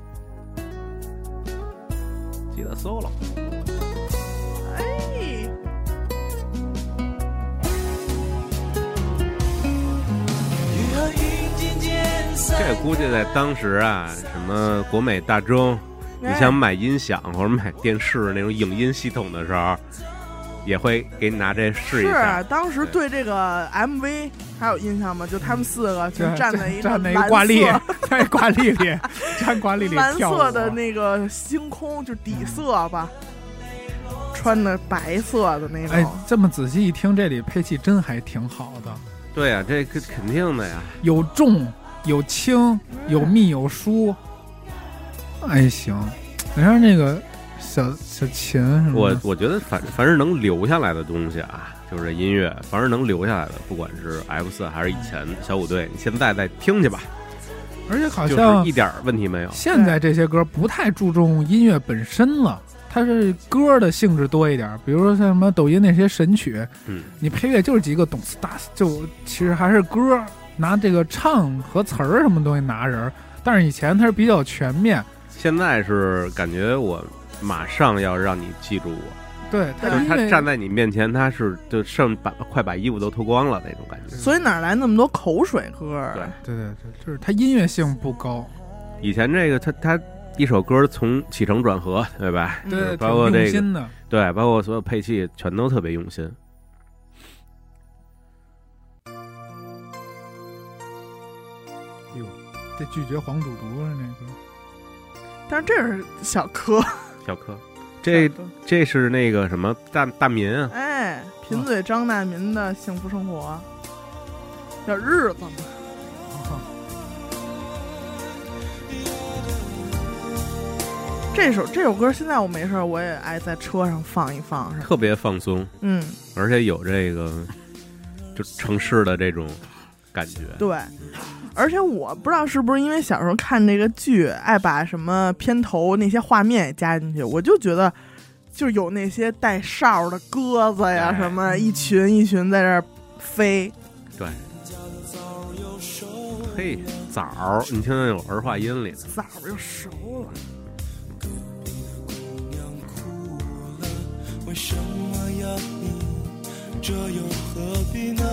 S2: 吉他 solo。
S1: 哎，
S7: 雨和云渐渐散
S2: 这估计在当时啊，什么国美大中，你
S1: 哎
S2: 想买音响或者买电视那种影音系统的时候，也会给你拿这试一
S1: 是
S3: 啊
S2: 下。
S1: 当时对这个 MV 还有印象吗？就他们四个就
S3: 这
S1: 站
S3: 这
S1: 在一
S3: 站在一
S1: 蓝色
S3: 个挂历， 在挂历里，站挂历里
S1: 蓝
S3: 跳舞啊
S1: 色的那个星空，就底色吧，穿的白色的那种。
S3: 哎，这么仔细一听，这里配器真还挺好的，
S2: 对啊，这个肯定的呀。
S3: 有重有轻有密有疏，哎行，你看那个小小琴什么
S2: 我
S3: 的，
S2: 我觉得反凡是能留下来的东西啊，就是这音乐，凡是能留下来的，不管是 F 四还是以前小虎队，你现在再听去吧，
S3: 而且好
S2: 就是
S3: 像
S2: 一点儿问题没有。
S3: 现在这些歌不太注重音乐本身了。它是歌的性质多一点，比如说像什么抖音那些神曲，
S2: 嗯，
S3: 你配乐就是几个懂词大，就其实还是歌，拿这个唱和词儿什么东西拿人儿。但是以前它是比较全面，
S2: 现在是感觉我马上要让你记住我，
S3: 对，它
S2: 就是
S3: 因
S2: 他
S3: 为
S2: 站在你面前，他是就剩把快把衣服都脱光了那种感觉。
S1: 所以哪来那么多口水歌啊儿？
S2: 对
S3: 对对对，就是它音乐性不高，
S2: 以前这个他他一首歌从起承转合，对吧？
S1: 嗯
S3: 对，
S2: 包括
S3: 挺
S2: 这
S3: 用
S2: 个
S3: 心的。
S2: 对，包括所有配器全都特别用心。
S3: 这拒绝黄赌毒是那个，
S1: 但是这是小柯，
S2: 小柯，这这是啊那个什么大大民啊，
S1: 哎，贫嘴张大民的幸福生活，叫日子嘛。这首这首歌现在我没事儿，我也爱在车上放一放，是吧？
S2: 特别放松，
S1: 嗯，
S2: 而且有这个就城市的这种感觉。
S1: 对。而且我不知道是不是因为小时候看这个剧，爱把什么片头那些画面也加进去，我就觉得就有那些带哨儿的鸽子呀，
S2: 哎
S1: 什么一群一群在这儿飞，
S2: 对，嘿，枣儿，你听那有儿化音里，
S1: 早就熟了。
S7: 为什么要你？这又何必呢？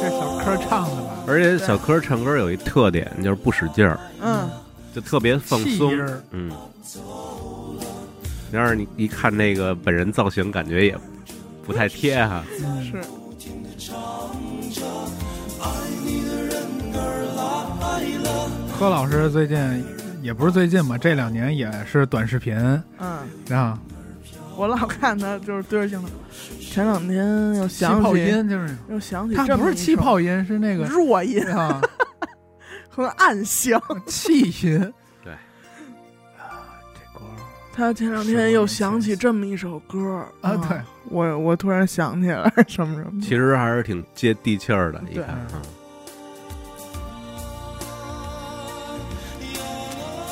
S3: 这小柯唱的吧？
S2: 而且小柯唱歌有一特点，就是不使劲儿，
S1: 嗯，
S2: 就特别放
S3: 气
S2: 松
S3: 音儿。
S2: 嗯，但是你一看那个本人造型，感觉也不太贴哈、
S1: 是
S3: 柯老师最近也不是最近吧，这两年也是短视频
S1: 嗯，
S3: 啊，
S1: 我老看他就是对着镜头。前两天又
S3: 气
S1: 想
S3: 泡
S1: 起，
S3: 音就是，
S1: 又想起
S3: 他
S1: 这么
S3: 不是
S1: 一
S3: 气
S1: 首
S3: 泡音，是那个
S1: 弱音
S3: 啊
S1: 和暗香。
S3: 气音。
S2: 对
S3: 啊，这歌儿
S1: 他前两天又想起这么一首歌嗯
S3: 啊对，
S1: 我我突然想起来 什么什么，
S2: 其实还是挺接地气儿的。一
S1: 对
S2: 看啊，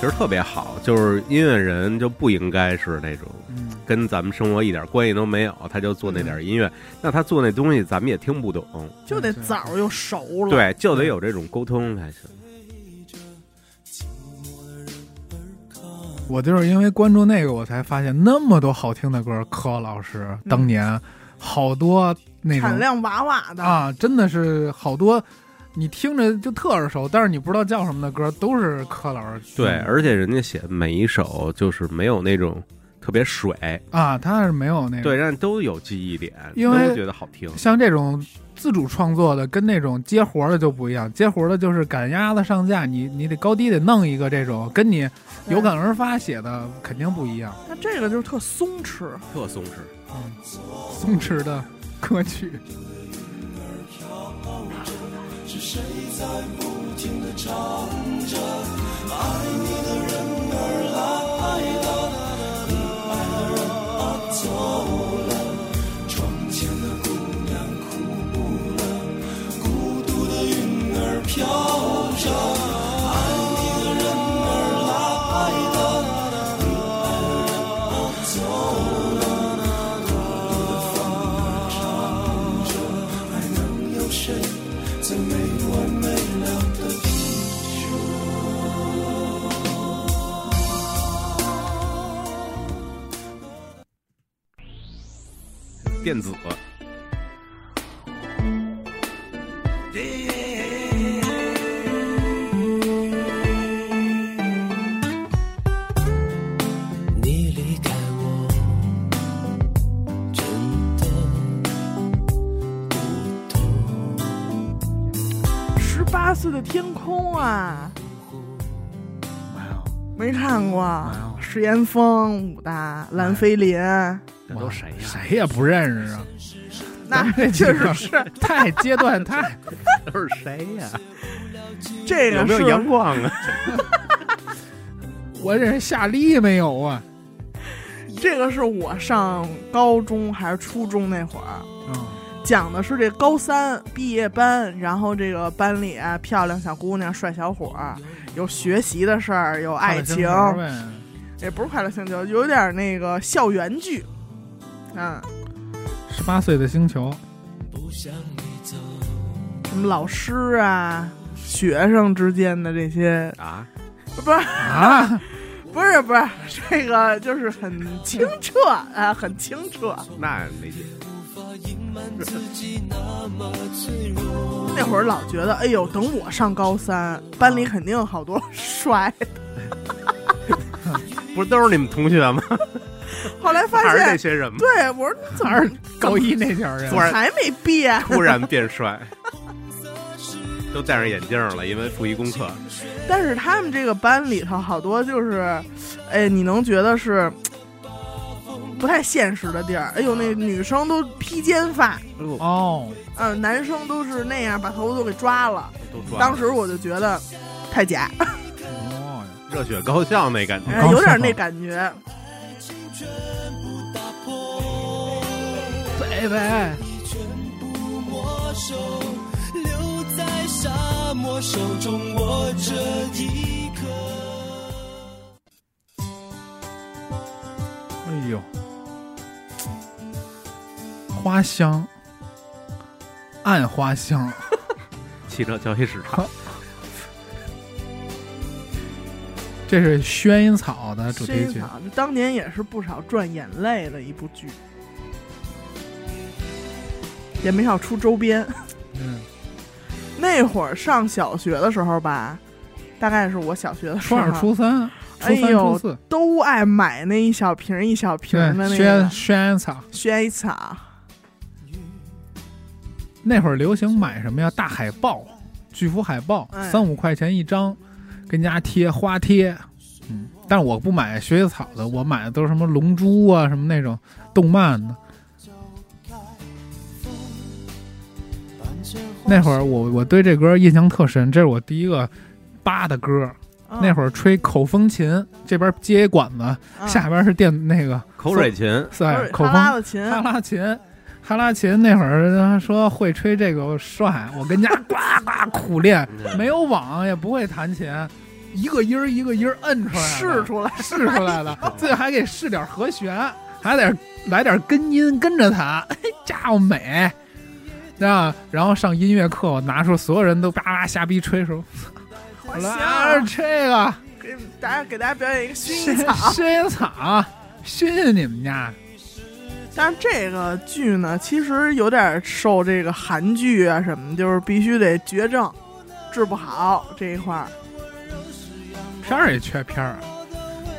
S2: 其实特别好，就是音乐人就不应该是那种
S3: 嗯，
S2: 跟咱们生活一点关系都没有，他就做那点音乐，那他做那东西咱们也听不懂，
S1: 就得枣儿又熟了。，
S2: 对，就得有这种沟通才行。
S3: 我就是因为关注那个，我才发现那么多好听的歌儿。柯老师当年好多那
S1: 嗯产
S3: 种
S1: 量哇哇的。
S3: 啊，真的是好多，你听着就特耳熟，但是你不知道叫什么的歌儿都是柯老师。
S2: 对，而且人家写的每一首就是没有那种特别水，
S3: 啊，他是没有那个。
S2: 对，让都有记忆点，
S3: 因为
S2: 都觉得好听。
S3: 像这种自主创作的，跟那种接活儿的就不一样。接活儿的就是赶鸭子上架，你你得高低得弄一个这种，跟你有感而发写的肯定不一样。
S1: 他这个就是特松弛，
S2: 特松弛，
S3: 嗯，松弛的歌曲，
S2: 电子。
S7: 你离开我，真的不痛。
S1: 十八岁的天空啊，没看过
S3: 有。
S1: 石岩峰、武大、蓝菲林，
S2: 这都谁 呀、
S3: 谁也不认 识啊，
S1: 那确实是
S3: 太阶段太
S2: 都是谁呀、
S1: 这个
S2: 有没有
S1: 是
S2: 阳光啊？
S3: 我认识夏利没有啊？
S1: 这个是我上高中还是初中那会儿，
S3: 嗯，
S1: 讲的是这高三毕业班，然后这个班里啊，漂亮小姑娘、帅小伙儿，有学习的事儿，有爱情，
S3: 快乐星球呗，
S1: 也不是快乐星球，有点那个校园剧，嗯，
S3: 十八岁的星球，
S7: 不想你走，
S1: 什么老师啊、学生之间的这些，
S2: 啊，
S1: 不是
S3: 啊，
S1: 不是不是，这个就是很清澈啊，很清澈。
S2: 那没劲。
S7: 无法隐瞒自己那么脆弱。
S1: 那会儿老觉得，哎呦，等我上高三，班里肯定有好多帅。
S2: 不是都是你们同学吗？
S1: 后来发
S2: 还是那
S1: 现，
S2: 些人吗？
S1: 对我说你怎
S3: 还是
S1: 么
S3: 高一那家人
S2: 突，然
S1: 还没变？
S2: 突然变帅，都戴上眼镜了，因为复习功课。
S1: 但是他们这个班里头好多就是，哎，你能觉得是不太现实的地儿。哎呦，那女生都披肩发，
S3: 哦，
S1: 嗯、男生都是那样把头发都给抓了。
S2: 都抓了
S1: 当时我就觉得太假，
S3: 哦
S2: 热血高校那感觉，
S1: 哎有点那感觉。
S3: 贝贝。
S7: 没收，留在沙漠手中握着一颗。
S3: 哎呦，花香，暗花香，
S2: 汽车交易市场。
S3: 这是《薰衣草》的主
S1: 薰
S3: 题
S1: 衣
S3: 曲。
S1: 草当年也是不少赚眼泪的一部剧，也没少出周边。
S3: 嗯，
S1: 那会儿上小学的时候吧，大概是我小学的时
S3: 初
S1: 候，
S3: 二、初三、初
S1: 哎
S3: 三、
S1: 呦
S3: 初四，
S1: 都爱买那一小瓶儿一小瓶儿的那
S3: 对，轩
S1: 个
S3: 轩烟草。
S1: 薰衣草，
S3: 那会儿流行买什么呀？大海报、巨幅海报，
S1: 哎
S3: 三五块钱一张，跟家贴花贴。嗯，但是我不买薰衣草的，我买的都是什么龙珠啊，什么那种动漫的。那会儿我我对这歌印象特深，这是我第一个扒的歌。
S1: 嗯
S3: 那会儿吹口风琴，这边接一管子，
S1: 嗯
S3: 下边是电那个
S2: 口水琴，
S1: 不
S3: 塞
S1: 是
S3: 口
S1: 哈
S3: 风
S1: 拉的琴，
S3: 哈拉琴，哈拉琴那会儿他说会吹这个帅，我跟家呱呱苦 练，没有网也不会弹琴，一个音儿一个音儿摁出来的，
S1: 试出来，
S3: 试出来的，最后还给试点和弦，还得来点根音跟着它， 家伙美。啊，然后上音乐课，我拿出所有人都叭叭瞎逼吹的时候，我
S1: 我
S3: 说
S1: 行
S3: 啊，
S1: 啊，
S3: 这个
S1: 给大家给大家表演一个薰
S3: 薰
S1: 衣草。
S3: 薰衣草，熏你们家，
S1: 但是这个剧呢，其实有点受这个韩剧啊什么，就是必须得绝症，治不好这一块儿。
S3: 片儿也缺片儿，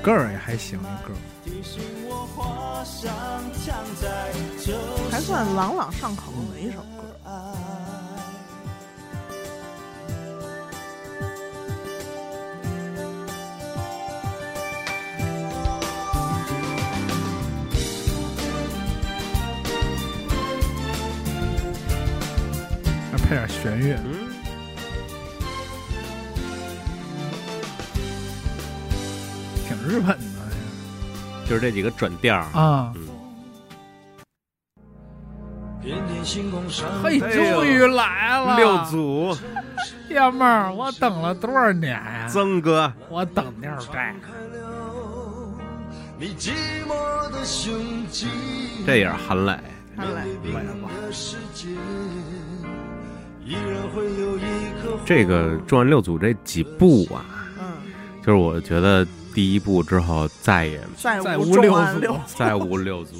S3: 歌儿也还行，这歌儿。
S1: 还算朗朗上口的一首歌。
S3: 要配点弦乐。
S2: 嗯，
S3: 挺日本的
S2: 就是这几个转调儿。
S3: 啊！
S7: 遍天星空闪
S3: 嘿，
S2: 哎呦
S3: 终于来了，
S2: 六组
S3: 爷们儿，我等了多少年呀、
S2: 曾哥，
S3: 我等就是这，
S7: 开了你寂寞的胸襟，
S2: 这也是韩磊，
S1: 看来
S7: 冰冷的世界，依然会有一颗
S2: 这个《重案六组》这几部啊，
S1: 嗯，
S2: 就是我觉得第一部之后再也
S1: 再
S3: 再
S1: 无
S3: 无六
S1: 重案
S3: 组
S1: 啊六。
S2: 再无六组。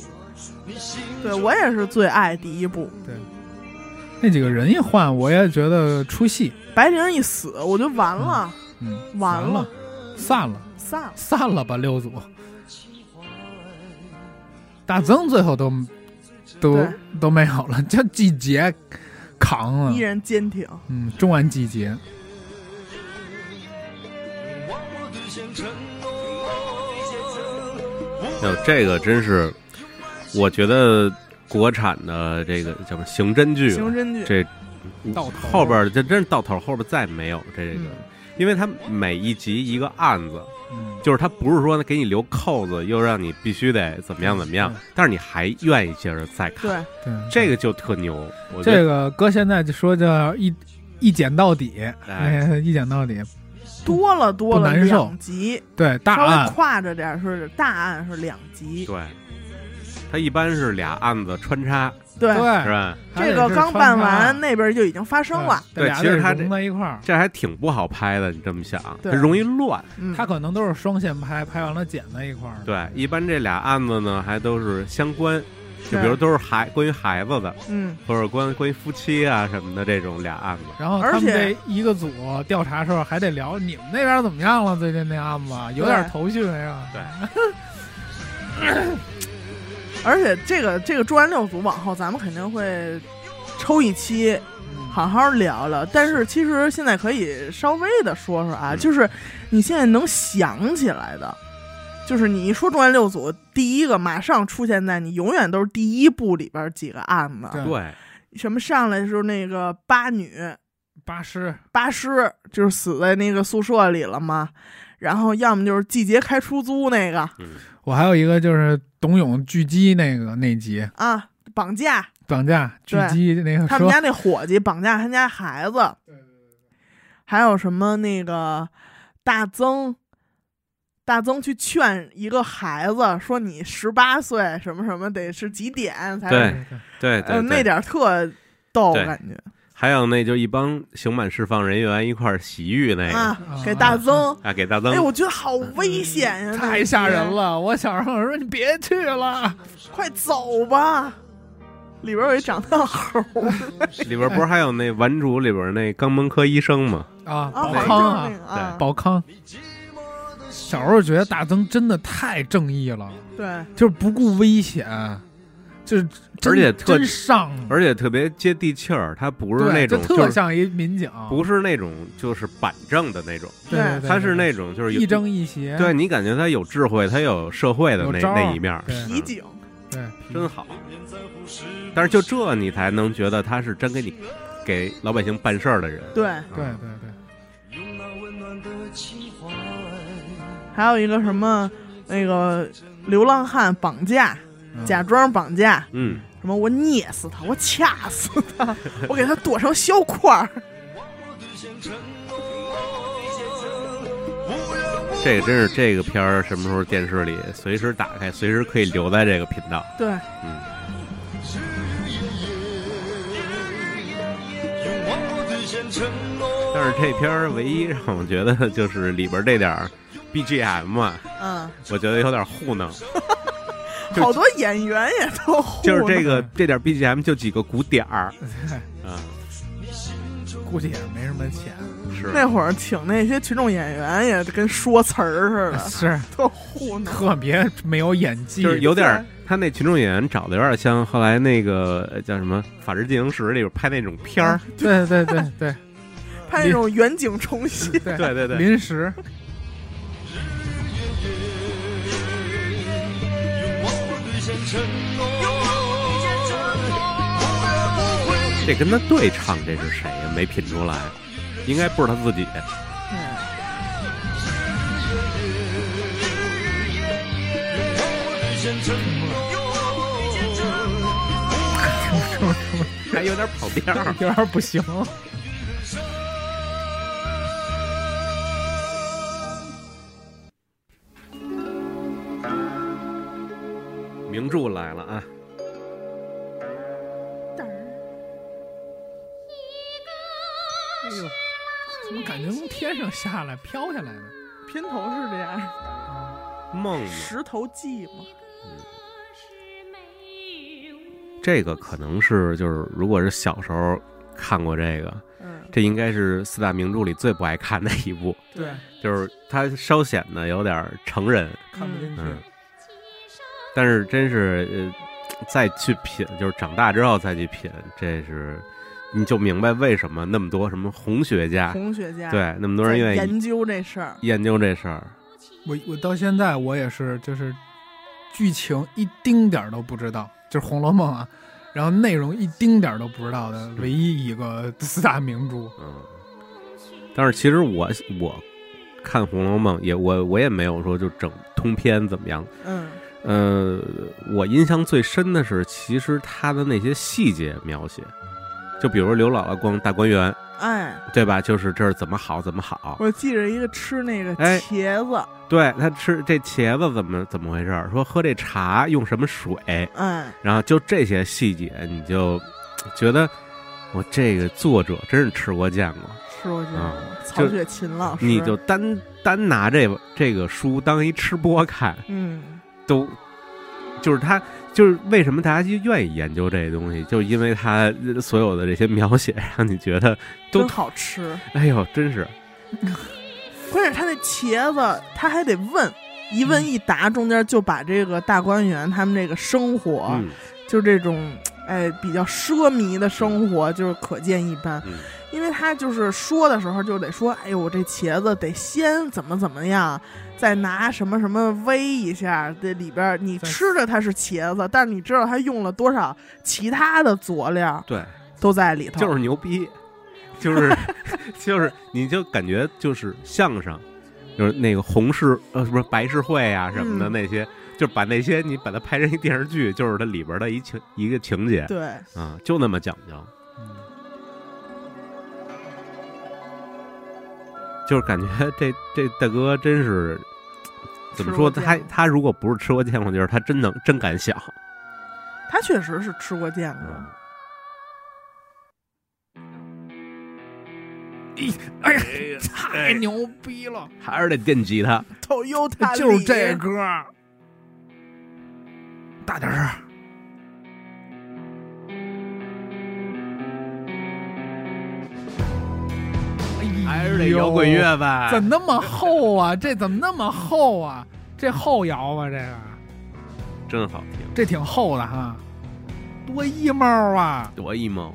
S7: 你心
S1: 对我也是最爱第一部，
S3: 那几个人一换，我也觉得出戏，
S1: 白灵一死我就完了，
S3: 嗯，
S1: 完
S3: 完
S1: 了
S3: 了，散了，
S1: 散了。
S3: 散了吧，六组。大增最后都都
S1: 对
S3: 都没有了，叫季节扛了
S1: 依，然坚挺，
S3: 嗯，重完季节，
S2: 哎呦，这个真是，我觉得国产的这个叫什么刑侦剧啊，
S1: 刑侦剧，
S2: 这
S3: 到头
S2: 后边儿这真是到头儿后边儿再没有这个，
S3: 嗯
S2: 因为它每一集一个案子，
S3: 嗯，
S2: 就是它不是说给你留扣子，又让你必须得怎么样怎么样
S3: 嗯，
S2: 但是你还愿意接着再看，
S1: 对，
S3: 对
S2: 这个就特牛。我觉
S3: 这
S2: 得
S3: 个搁现在就说叫一一剪到底，
S2: 哎
S3: 哎，一剪到底。
S1: 多了多了
S3: 不难受
S1: 两集，
S3: 对，大
S1: 稍微
S3: 案
S1: 跨着点儿是大案是两集，
S2: 对，它一般是俩案子穿插，
S1: 对，
S2: 是
S3: 对，
S2: 吧？
S1: 这个刚办完，那边就已还得是穿插对那边就已经发生了，
S2: 对
S3: 俩
S2: 其实
S3: 得
S2: 他
S3: 融
S2: 这
S3: 在一块儿，
S2: 这还挺不好拍的，你这么想，它
S1: 对
S2: 容易乱。
S1: 嗯，
S3: 他可能都是双线拍，拍完了剪在一块儿。
S2: 对，一般这俩案子呢，还都是相关，就
S1: 对
S2: 比如都是孩关于孩子的，
S1: 嗯，
S2: 或者关关于夫妻啊什么的这种俩案子。
S3: 然后
S1: 而
S3: 他们
S1: 且
S3: 这一个组调查时候还得聊你们那边怎么样了，最近那案子有点头绪没有？
S2: 对，
S1: 而且这个这个《重案六组》往后咱们肯定会抽一期
S3: 嗯，
S1: 好好聊聊，但是其实现在可以稍微的说说啊，
S2: 嗯
S1: 就是你现在能想起来的，就是你一说重案六组，第一个马上出现在你永远都是第一部里边几个案子，
S3: 对
S2: 对，
S1: 什么上来的时候那个八女
S3: 八师
S1: 八师就是死在那个宿舍里了嘛，然后要么就是季节开出租那个
S3: 我还有一个就是董永狙击那个那集
S1: 啊绑架，
S3: 绑架狙击那个
S1: 他们
S3: 说
S1: 家那伙计绑架他家孩子，还有什么那个大增，大增去劝一个孩子说你十八岁什么什么得是几点才
S2: 对
S3: 对对
S2: 对对
S1: 呃那
S2: 对，
S1: 点儿特逗
S2: 对
S1: 感觉
S2: 还有那就一帮刑满释放人员一块儿洗浴那个
S1: 啊
S3: 啊，嗯
S1: 给大增，
S2: 啊，给大
S1: 哎，
S2: 增
S1: 我觉得好危险呀，
S3: 太吓人，了！我小时候我说你别去了，
S1: 快走吧。里边有一长大猴儿，
S2: 里边不是还有那《顽主》里边那肛门科医生吗？
S1: 啊，
S3: 啊，宝
S1: 好像
S3: 康
S1: 就是那
S3: 啊，
S1: 个啊，
S3: 宝康。小时候觉得大曾真的太正义了，
S1: 对，
S2: 嗯
S3: 就是不顾危险，就是真
S2: 而且特
S3: 真上，
S2: 而且特别接地气儿，他不是
S3: 对
S2: 那
S3: 这
S2: 种就
S3: 特
S2: 是
S3: 像一民警，
S2: 不是那种就是板正的那种，
S3: 对，对对
S2: 他是
S3: 对
S2: 那种就是有
S3: 一正一邪，
S2: 对你感觉他有智慧，他有社会的
S3: 有
S2: 那
S3: 招儿
S2: 那一面儿，
S3: 对
S1: 皮景，
S3: 对，
S2: 真好。但是就这你才能觉得他是真给你给老百姓办事儿的人。啊
S1: 对，
S3: 对对对，
S1: 还有一个什么那个流浪汉绑架，
S3: 嗯
S1: 假装绑架，
S2: 嗯，
S1: 什么我捏死他，我掐死 他，我给他剁成小块儿，
S2: 这个真是这个片儿，什么时候电视里随时打开，随时可以留在这个频道。
S1: 对，
S2: 嗯，但是这片儿唯一让我觉得 就是里边这点儿 BGM 啊，
S1: 嗯，
S2: 我觉得有点糊弄，就
S1: 好多演员也都糊
S2: 就是这
S1: 弄
S2: 个这点儿 BGM 就几个鼓点儿 啊，
S3: 估计也没什么钱，
S2: 是
S1: 那会儿请那些群众演员也跟说词儿似
S2: 哎
S1: 的，
S3: 是
S1: 特糊弄。
S3: 特别没有演技，
S2: 就是有点儿，他那群众演员找的有点像后来那个呃叫什么《法制进行时》里边拍那种片儿，
S3: 对对对对
S1: 拍那种远景重现，
S3: 对
S2: 嗯对对对
S3: 临时
S2: 这跟他对唱这是谁呀？没品出来，应该不是他自己。嗯 还有点跑调儿
S3: 有点儿不行，
S2: 名著来了啊！
S3: 哎呦，怎么感觉从天上下来飘下来呢？
S1: 片头是这样，
S2: 梦嘛，
S1: 石头记嘛，
S2: 这个可能是就是，如果是小时候看过这个，
S1: 嗯，
S2: 这应该是四大名著里最不爱看的一部，
S3: 对，
S2: 就是它稍显得有点儿成人，
S3: 看不进去，
S2: 嗯，但是真是呃，再去品，就是长大之后再去品，这是你就明白为什么那么多什么红学家，
S1: 红学家，，
S2: 啊对，那么多人愿意
S1: 研究这事儿，
S2: 研究这事儿，
S3: 我我到现在我也是，就是剧情一丁点儿都不知道，就是《红楼梦》啊，然后内容一丁点儿都不知道的唯一一个四大名著。
S2: 嗯。但是其实我我看《红楼梦》也我我也没有说就整通篇怎么样，
S1: 嗯，
S2: 呃，我印象最深的是，其实他的那些细节描写，就比如刘姥姥逛大观园，
S1: 哎，
S2: 对吧？就是这儿怎么好怎么好，
S1: 我记着一个吃那个
S2: 哎
S1: 茄子，
S2: 对他吃这茄子怎么怎么回事儿？说喝这茶用什么水？
S1: 哎，
S2: 然后就这些细节，你就觉得我这个作者真是吃过见过。
S1: 吃过去
S2: 啊
S1: 曹雪芹老师，
S2: 你就单单拿这这个书当一吃播看，
S1: 嗯，
S2: 都就是他就是为什么大家就愿意研究这些东西，就是因为他呃所有的这些描写让你觉得都
S1: 真好吃，
S2: 哎呦，真是
S1: 关键他那茄子他还得问。一
S2: 嗯
S1: 问一答，中间就把这个大观园他们这个生活，
S2: 嗯
S1: 就这种哎比较奢靡的生活，就是可见一斑。
S2: 嗯
S1: 因为他就是说的时候就得说，哎呦，我这茄子得先怎么怎么样，再拿什么什么煨一下，这里边儿你
S3: 再
S1: 吃着它是茄子，但是你知道它用了多少其他的佐料
S2: 对，
S1: 都在里头，
S2: 就是牛逼，就是 就是你就感觉就是相声，就是那个红事呃不是白事会啊什么的
S1: 嗯
S2: 那些，就把那些你把它拍成一电视剧，就是它里边的一情一个情节
S1: 对，
S2: 啊，就那么讲究。
S3: 嗯
S2: 就是感觉这这大哥真是怎么说？
S1: 吃过见过
S2: 他他如果不是吃过见过地儿，他真能真敢想。
S1: 他确实是吃过见过。
S3: 嗯哎呀，太牛逼了，
S2: 还是得电吉他，
S1: 都有他
S3: 就是这歌儿，大点声儿。哎
S2: 还是得摇滚乐啊吧？
S3: 怎么那么厚啊？这怎么那么厚啊？这后摇啊吧，这个
S2: 真好听，
S3: 这挺厚的哈，多 emo 啊！
S2: 多 emo 啊！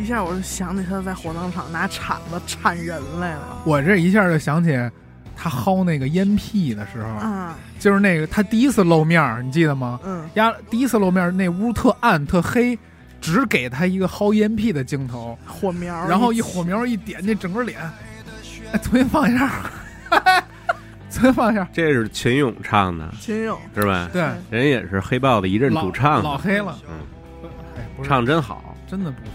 S1: 一下我就想起他在火葬场拿铲子铲人来了
S3: 我这一下就想起他薅那个烟屁的时候，
S1: 啊，
S3: 就是那个他第一次露面儿，你记得吗？
S1: 嗯，
S3: 呀，第一次露面儿那屋特暗特黑，只给他一个薅烟屁的镜头，
S1: 火苗儿，
S3: 然后一火苗一点，那整个脸，哎，重新放一下儿， 重新放一下儿，
S2: 这是秦勇唱的，
S1: 秦勇，
S2: 是吧？
S3: 对，
S1: 嗯
S2: 人也是黑豹的一任
S3: 老
S2: 主唱
S3: 老
S2: 的，
S3: 黑了，
S2: 嗯，
S3: 哎，不是
S2: 唱真好。
S3: 真的不错，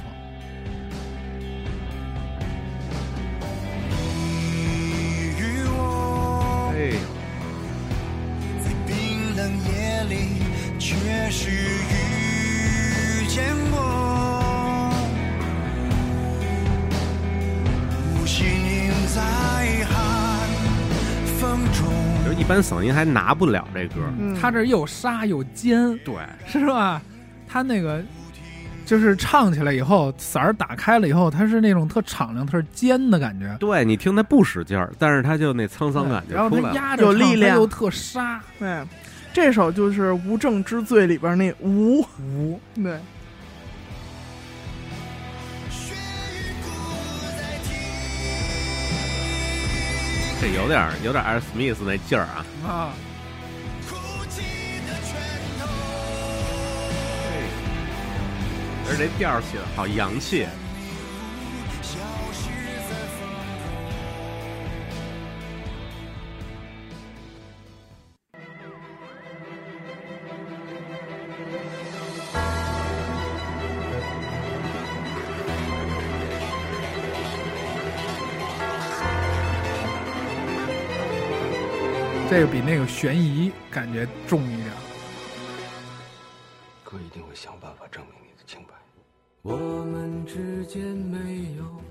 S7: 你与我
S2: 哎呦，
S7: 在冰冷夜里，确实遇见我。呼吸凝在寒风中，
S2: 就一般嗓音还拿不了这歌，
S1: 嗯
S3: 他这又沙又尖，
S2: 对，
S3: 是吧？他那个就是唱起来以后，嗓儿打开了以后，他是那种特敞亮、特尖的感觉，
S2: 对你听他不使劲儿，但是他就那沧桑感就
S3: 然后
S2: 出
S3: 他
S2: 来了。
S3: 压着唱
S1: 有力量
S3: 他又特沙，
S1: 对，这首就是《无证之罪》里边那无，
S3: 无
S1: 对，
S7: 血与不再停。
S2: 这有点儿有点儿 Smith 那劲儿啊。
S3: 啊，
S7: 哭泣的拳头，
S2: 而且这调儿起的好洋气，
S7: 消失在风中。
S3: 这个比那个悬疑感觉重一点。
S8: 哥一定会想办法证明你的清白。
S4: 我们之间没有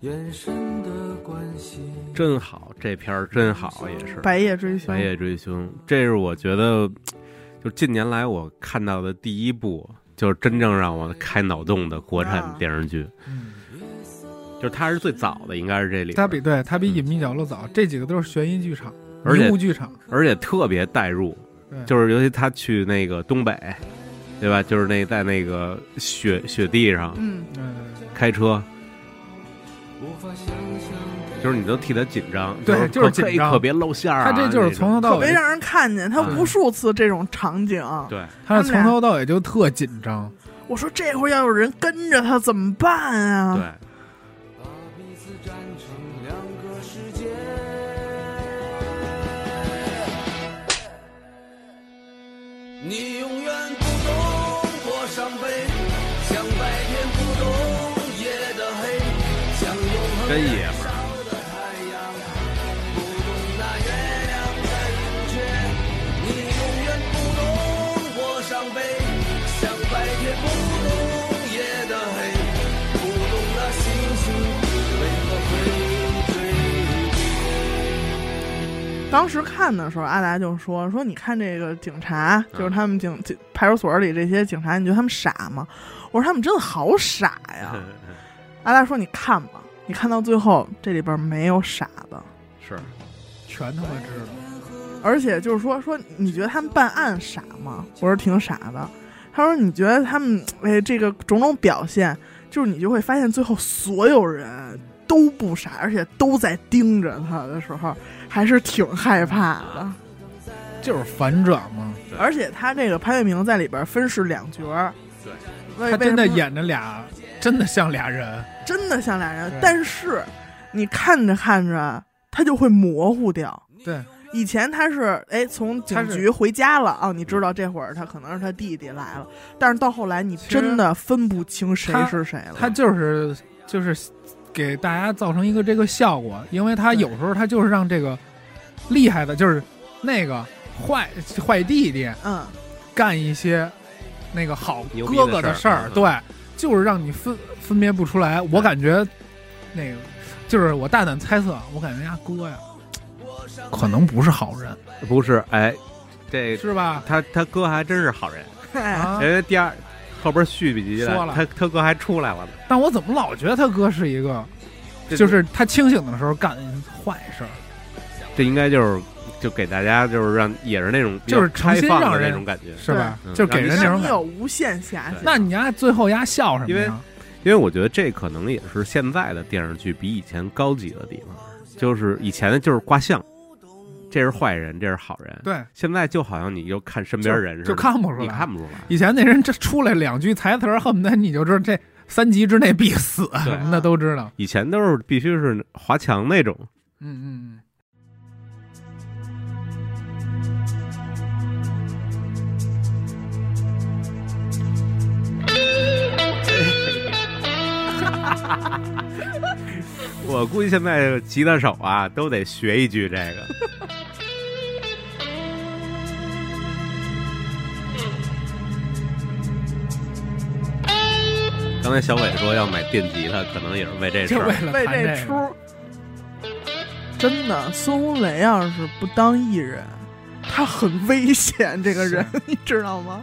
S4: 延伸的关系。
S2: 真好，这片儿真好，也是
S1: 《
S2: 《
S1: 白夜追凶
S2: 白》夜追凶》，这是我觉得就近年来我看到的第一部，就是真正让我开脑洞的国产
S1: 啊
S2: 电视剧，
S3: 嗯，
S2: 就是它是最早的，应该是这里边，
S3: 他比对他比《隐秘角落》早，这几个都是悬疑剧场、
S2: 而且
S3: 迷雾剧场，
S2: 而且特别带入，
S3: 对
S2: 就是尤其他去那个东北，对吧？就是那在那个雪雪地上
S1: 嗯，
S3: 嗯，
S2: 开车，
S4: 无法想象的
S2: 就是你都替他紧张，
S3: 对
S2: 就
S3: 就是
S2: 可
S3: 紧张
S2: 可别露馅儿、啊。
S3: 他这就是
S2: 那
S3: 从
S2: 种
S3: 头到
S1: 特别
S3: 尾，
S1: 让人看见他
S2: 嗯
S1: 无数次这种场景。
S2: 对，
S3: 他是从头到尾就特紧张，
S1: 我说这会儿要有人跟着他怎么办啊？
S2: 对，
S4: 把彼此站成两个世界。你永远不懂我伤悲，像白天不懂夜的黑，像永恒
S2: 真爷们儿。
S4: 的太阳，不懂那月亮在盈缺。你永远不懂我伤悲，像白天不懂夜的黑，不懂那星星为何会坠地。
S1: 当时看的时候，阿达就说：“说你看这个警察，就是
S2: 嗯
S1: 他们警警派出所里这些警察，你觉得他们傻吗？”我说：“他们真的好傻 呀！”阿达说：“你看吧，你看到最后，这里边没有傻的，
S2: 是，
S3: 全他妈知道。
S1: 而且就是说说你觉得他们办案傻吗？我说挺傻的。他说你觉得他们哎这个种种表现，就是你就会发现最后所有人都不傻，而且都在盯着他的时候，还是挺害怕的。
S3: 就是反转嘛，
S2: 对
S1: 而且他这个潘粤明在里边分饰两角儿，
S2: 对
S1: 为，
S3: 他真的
S1: 为什么
S3: 演着俩，真的像俩人，
S1: 真的像俩人
S3: 对，
S1: 但是你看着看着他就会模糊掉。
S3: 对，
S1: 以前他是哎从
S3: 他
S1: 警
S3: 是
S1: 局回家了哦，你知道这会儿他可能是他弟弟来了，但是到后来你真的分不清谁
S3: 他
S1: 是谁了。
S3: 他就是就是给大家造成一个这个效果，因为他有时候他就是让这个厉害的，就是那个坏坏弟弟
S1: 嗯，
S3: 干一些那个好
S2: 牛逼的
S3: 哥哥
S2: 事
S3: 事
S2: 儿
S3: 儿，
S2: 嗯
S3: 对，就是让你分分辨不出来。我感觉那个就是我大胆猜测，我感觉呀哥呀，可能不是好人，
S2: 不是，哎，这
S3: 是吧？
S2: 他他哥还真是好人，
S1: 哎，
S3: 啊！
S2: 人家第二后边续集
S3: 说
S2: 的，
S3: 了
S2: 他他哥还出来了呢，
S3: 但我怎么老觉得他哥是一个
S2: 这
S3: 就是他清醒的时候干坏事儿，
S2: 这应该就是就给大家就是让也是那种比较
S3: 就是诚
S2: 开
S3: 心
S2: 放
S3: 让
S2: 的那
S3: 人
S2: 种感觉，
S3: 是吧
S2: 对？嗯
S3: 就是给人那
S1: 让
S3: 种
S1: 你
S3: 感觉。
S1: 有无限遐想。
S3: 那你丫最后丫笑什
S2: 因
S3: 么
S2: 为
S3: 呀？
S2: 因为我觉得这可能也是现在的电视剧比以前高级的地方，就是以前就是画像，这是坏人，这是好人，
S3: 对，
S2: 现在就好像你就看身边人似的，
S3: 就看不出来
S2: 你看不出来。
S3: 以前那人这出来两句台词儿，恨不得你就知道这三集之内必死啊
S2: 对
S3: 什么的都知道。
S2: 以前都是必须是华强那种，
S3: 嗯嗯嗯。
S2: 我估计现在吉他手啊都得学一句这个。 刚才小伟说要买电吉他，可能也是为这事
S3: 就为
S2: 儿。
S3: 了
S1: 为
S3: 谈这
S1: 这
S3: 个
S1: 出儿，真的，孙红雷要是不当艺人，他很危险。这个人，你知道吗？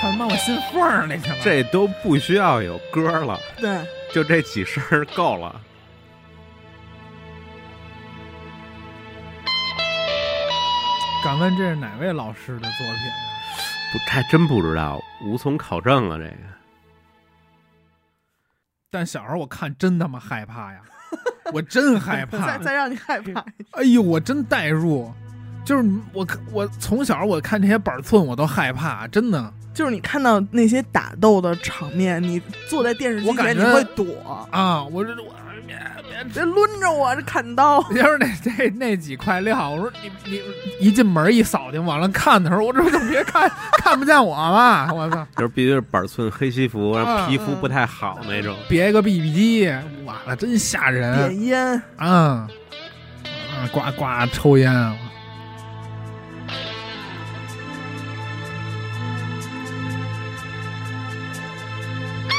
S3: 他妈我心缝儿里去了。
S2: 这都不需要有歌了，
S1: 对，
S2: 就这几声儿够了。
S3: 敢问这是哪位老师的作品啊？
S2: 不，还真不知道，无从考证啊。这个
S3: 但小时候我看真他妈害怕呀，我真 害怕
S1: 再。再让你害怕，
S3: 哎呦，我真代入，就是我看我从小我看这些板寸我都害怕，真的
S1: 就是你看到那些打斗的场面，你坐在电视机
S3: 我感
S1: 前你
S3: 觉
S1: 会躲，
S3: 啊！我这我别别
S1: 这抡着我这砍刀，
S3: 要是那那那几块料，我说你你一进门一扫听，往上看的时候，我这不就别看 看不见我了，我操！
S2: 就是必须是板寸黑西服，然后皮肤不太好那种。
S3: 别个 BB 机，哇了，真吓人
S1: 点烟，
S3: 啊！啊，呱呱抽烟啊！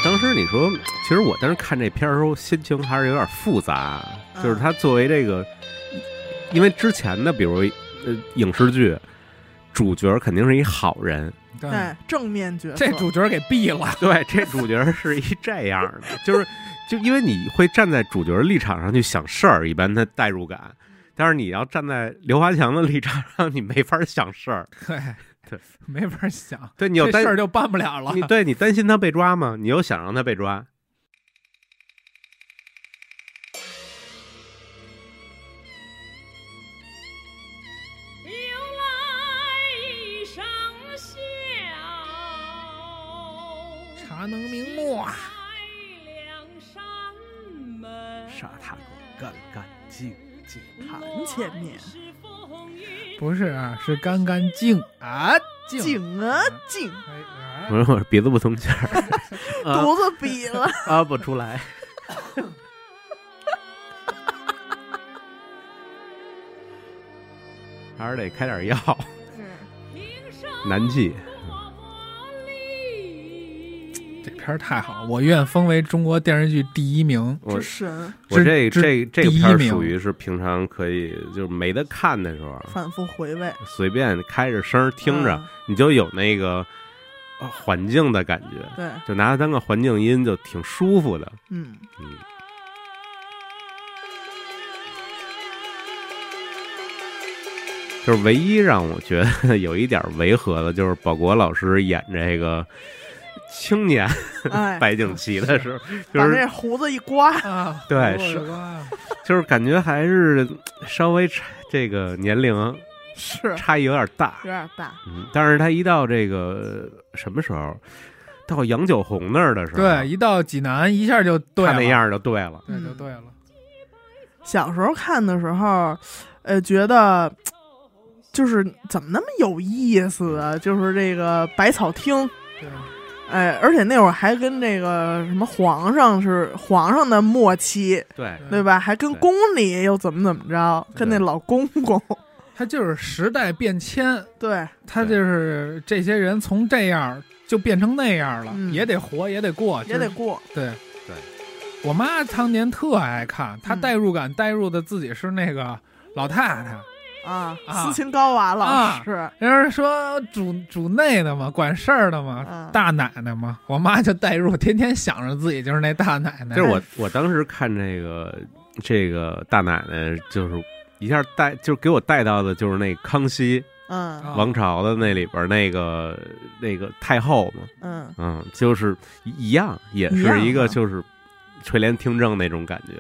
S2: 当时你说，其实我当时看这片儿的时候，心情还是有点复杂，
S1: 嗯
S2: 就是它作为这个，因为之前的比如呃影视剧，主角肯定是一好人，
S3: 对
S1: 对，正面角色，
S3: 嗯这主角给毙了，
S2: 对，这主角是一这样的，就是就因为你会站在主角立场上去想事儿，一般他代入感。
S3: 嗯
S2: 但是你要站在刘华强的立场上，你 没法想事儿。
S3: 对
S2: 对，
S3: 没法想，
S2: 对你要
S3: 这
S2: 担
S3: 事儿就办不了了
S2: 你。对你担心他被抓吗？你又想让他被抓？
S5: 由来一声笑，
S3: 茶能明目啊，
S5: 开两扇门。
S2: 杀他个干干净净。
S1: 盘前面，
S3: 不是啊，是干干净啊净。
S1: 景啊景，
S3: 哎啊
S2: 我说我鼻子不通气儿，啊
S1: 犊子比了，
S2: 啊不出来。还是得开点 药，嗯 难记。
S3: 这片儿太好了，我愿封为中国电视剧第一名。
S2: 我
S1: 之神
S2: 我
S3: 之
S2: 这
S3: 之
S2: 这这个
S3: 第一
S2: 片儿
S3: 名
S2: 属于是平常可以就是没得看的时候，
S1: 反复回味，
S2: 随便开着声儿听着
S1: 嗯，
S2: 你就有那个呃环境的感觉，
S1: 嗯对，
S2: 就拿它当个环境音就挺舒服的。
S1: 嗯，
S2: 嗯，就是唯一让我觉得 有一点违和的，就是保国老师演这个青年
S1: 哎，
S2: 白景琦的 时候，就
S1: 把
S2: 是
S1: 这胡子一刮，
S3: 啊，
S2: 对
S3: 我
S2: 是
S3: 的妈
S2: 就是感觉还是稍微差这个年龄
S1: 是有
S2: 差异有点大。
S1: 点大，
S2: 嗯，但是他一到这个什么时候，到杨九红那儿的时候，
S3: 对，，一到济南一下就对
S2: 他
S3: 了，
S2: 那样就对了。
S3: 对就对了。
S1: 小时候看的时候，呃，觉得就是怎么那么有意思啊？就是这个百草厅，
S3: 对，
S1: 哎，而且那会儿还跟这个什么皇上是皇上的末期，
S2: 对，
S1: 对吧？还跟
S2: 对
S1: 宫里又怎么怎么着，跟那
S2: 对
S1: 老公公，
S3: 他就是时代变迁，
S1: 对，
S3: 他就是这些人从这样就变成那样了，
S1: 嗯
S3: 也得活，也得过，
S1: 也得
S3: 就是
S1: 过，
S3: 对
S2: 对。
S3: 我妈常年特爱看，她
S1: 嗯
S3: 代入感代入的自己是那个老太太，
S1: 啊，
S3: 啊
S1: 斯琴高娃老师，
S3: 人家说主主内的嘛，管事儿的嘛，
S1: 嗯
S3: 大奶奶嘛，我妈就代入，天天想着自己就是那大奶奶。
S2: 就是我我当时看这个这个大奶奶，就是一下带，就是给我带到的就是那康熙
S1: 嗯
S3: 啊
S2: 王朝的那里边那个那个太后嘛，
S1: 嗯，
S2: 嗯，就是一一样，也
S1: 一样
S2: 是一
S1: 啊
S2: 个就是垂帘听政那种感觉。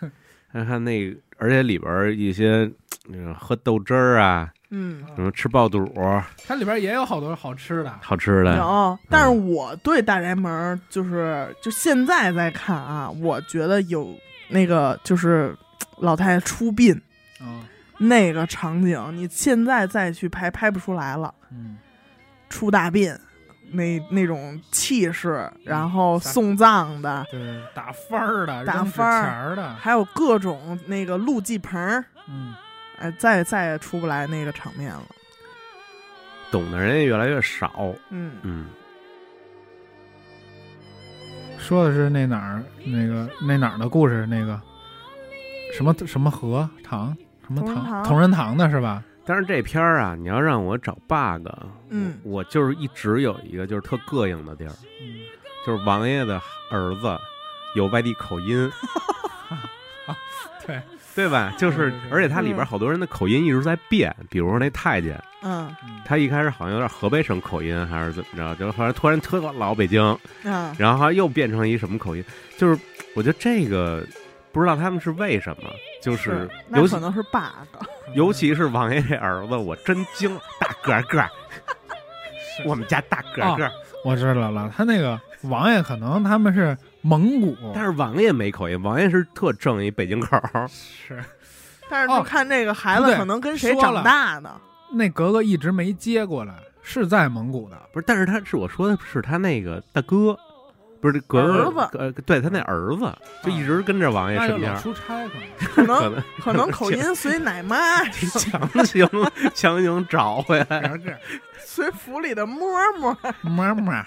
S2: 看看那个，而且里边儿一些那个喝豆汁儿啊，
S1: 嗯，
S2: 什么吃爆肚儿，
S3: 它里边也有好多好吃的，
S2: 好吃的。
S1: 有。但是
S3: 嗯
S1: 我对大宅门就是就现在在看啊，我觉得有那个就是老太太出殡
S3: 嗯
S1: 那个场景，你现在再去拍拍不出来了。
S3: 嗯，
S1: 出大殡那那种气势，然
S3: 嗯
S1: 后送葬的，
S3: 对，打翻儿的，
S1: 打
S3: 扔纸
S1: 翻儿
S3: 钱儿的，
S1: 还有各种那个陆继鹏儿，
S3: 嗯，
S1: 哎，再再也出不来那个场面了。
S2: 懂的人也越来越少。
S1: 嗯，
S2: 嗯，
S3: 说的是那哪儿那个那哪儿的故事，那个什么什么河堂什么
S1: 同仁堂
S3: 堂同仁堂的是吧？
S2: 但是这片儿啊，你要让我找 bug，
S1: 嗯
S2: 我，我就是一直有一个就是特膈应的地儿，
S3: 嗯
S2: 就是王爷的儿子有外地口 音，
S3: 对，
S2: 对吧？
S1: 嗯
S2: 就是
S3: 对对对，
S2: 而且它里边好多人的口音一直在变，比如说那太监，
S1: 嗯
S2: 他一开始好像有点河北省口音还是怎么着，就后来突然特老北京，
S1: 嗯
S2: 然后后来又变成一什么口音，就是我觉得这个不知道他们是为什么，就是尤
S1: 那
S2: 其
S1: 可能是 bug。
S2: 尤其是王爷这儿子，我真惊，大个儿个儿，
S3: 是
S2: 我们家大个儿个儿，
S1: 哦
S3: 我知道了，他那个王爷可能他们是蒙古，
S2: 但是王爷没口音，王爷是特正一北京口儿，
S3: 是
S1: 但是
S3: 哦
S1: 就看这个孩
S3: 不
S1: 子
S3: 对
S1: 可能跟谁
S3: 说
S1: 长
S3: 了
S1: 大呢？
S3: 那格格一直没接过来，是在蒙古的。
S2: 不是，但是他是我说的是他那个大哥，不是格
S1: 儿子
S2: 呃，对他那儿子就一直跟着王爷
S3: 那就
S2: 身边
S3: 老
S2: 儿，
S3: 出差可能。
S1: 可
S2: 可
S1: 能
S2: 能
S1: 可能口音随奶妈、
S2: 强行强行找回来。
S3: 格 格，
S1: 随府里的嬷嬷。
S3: 妈妈，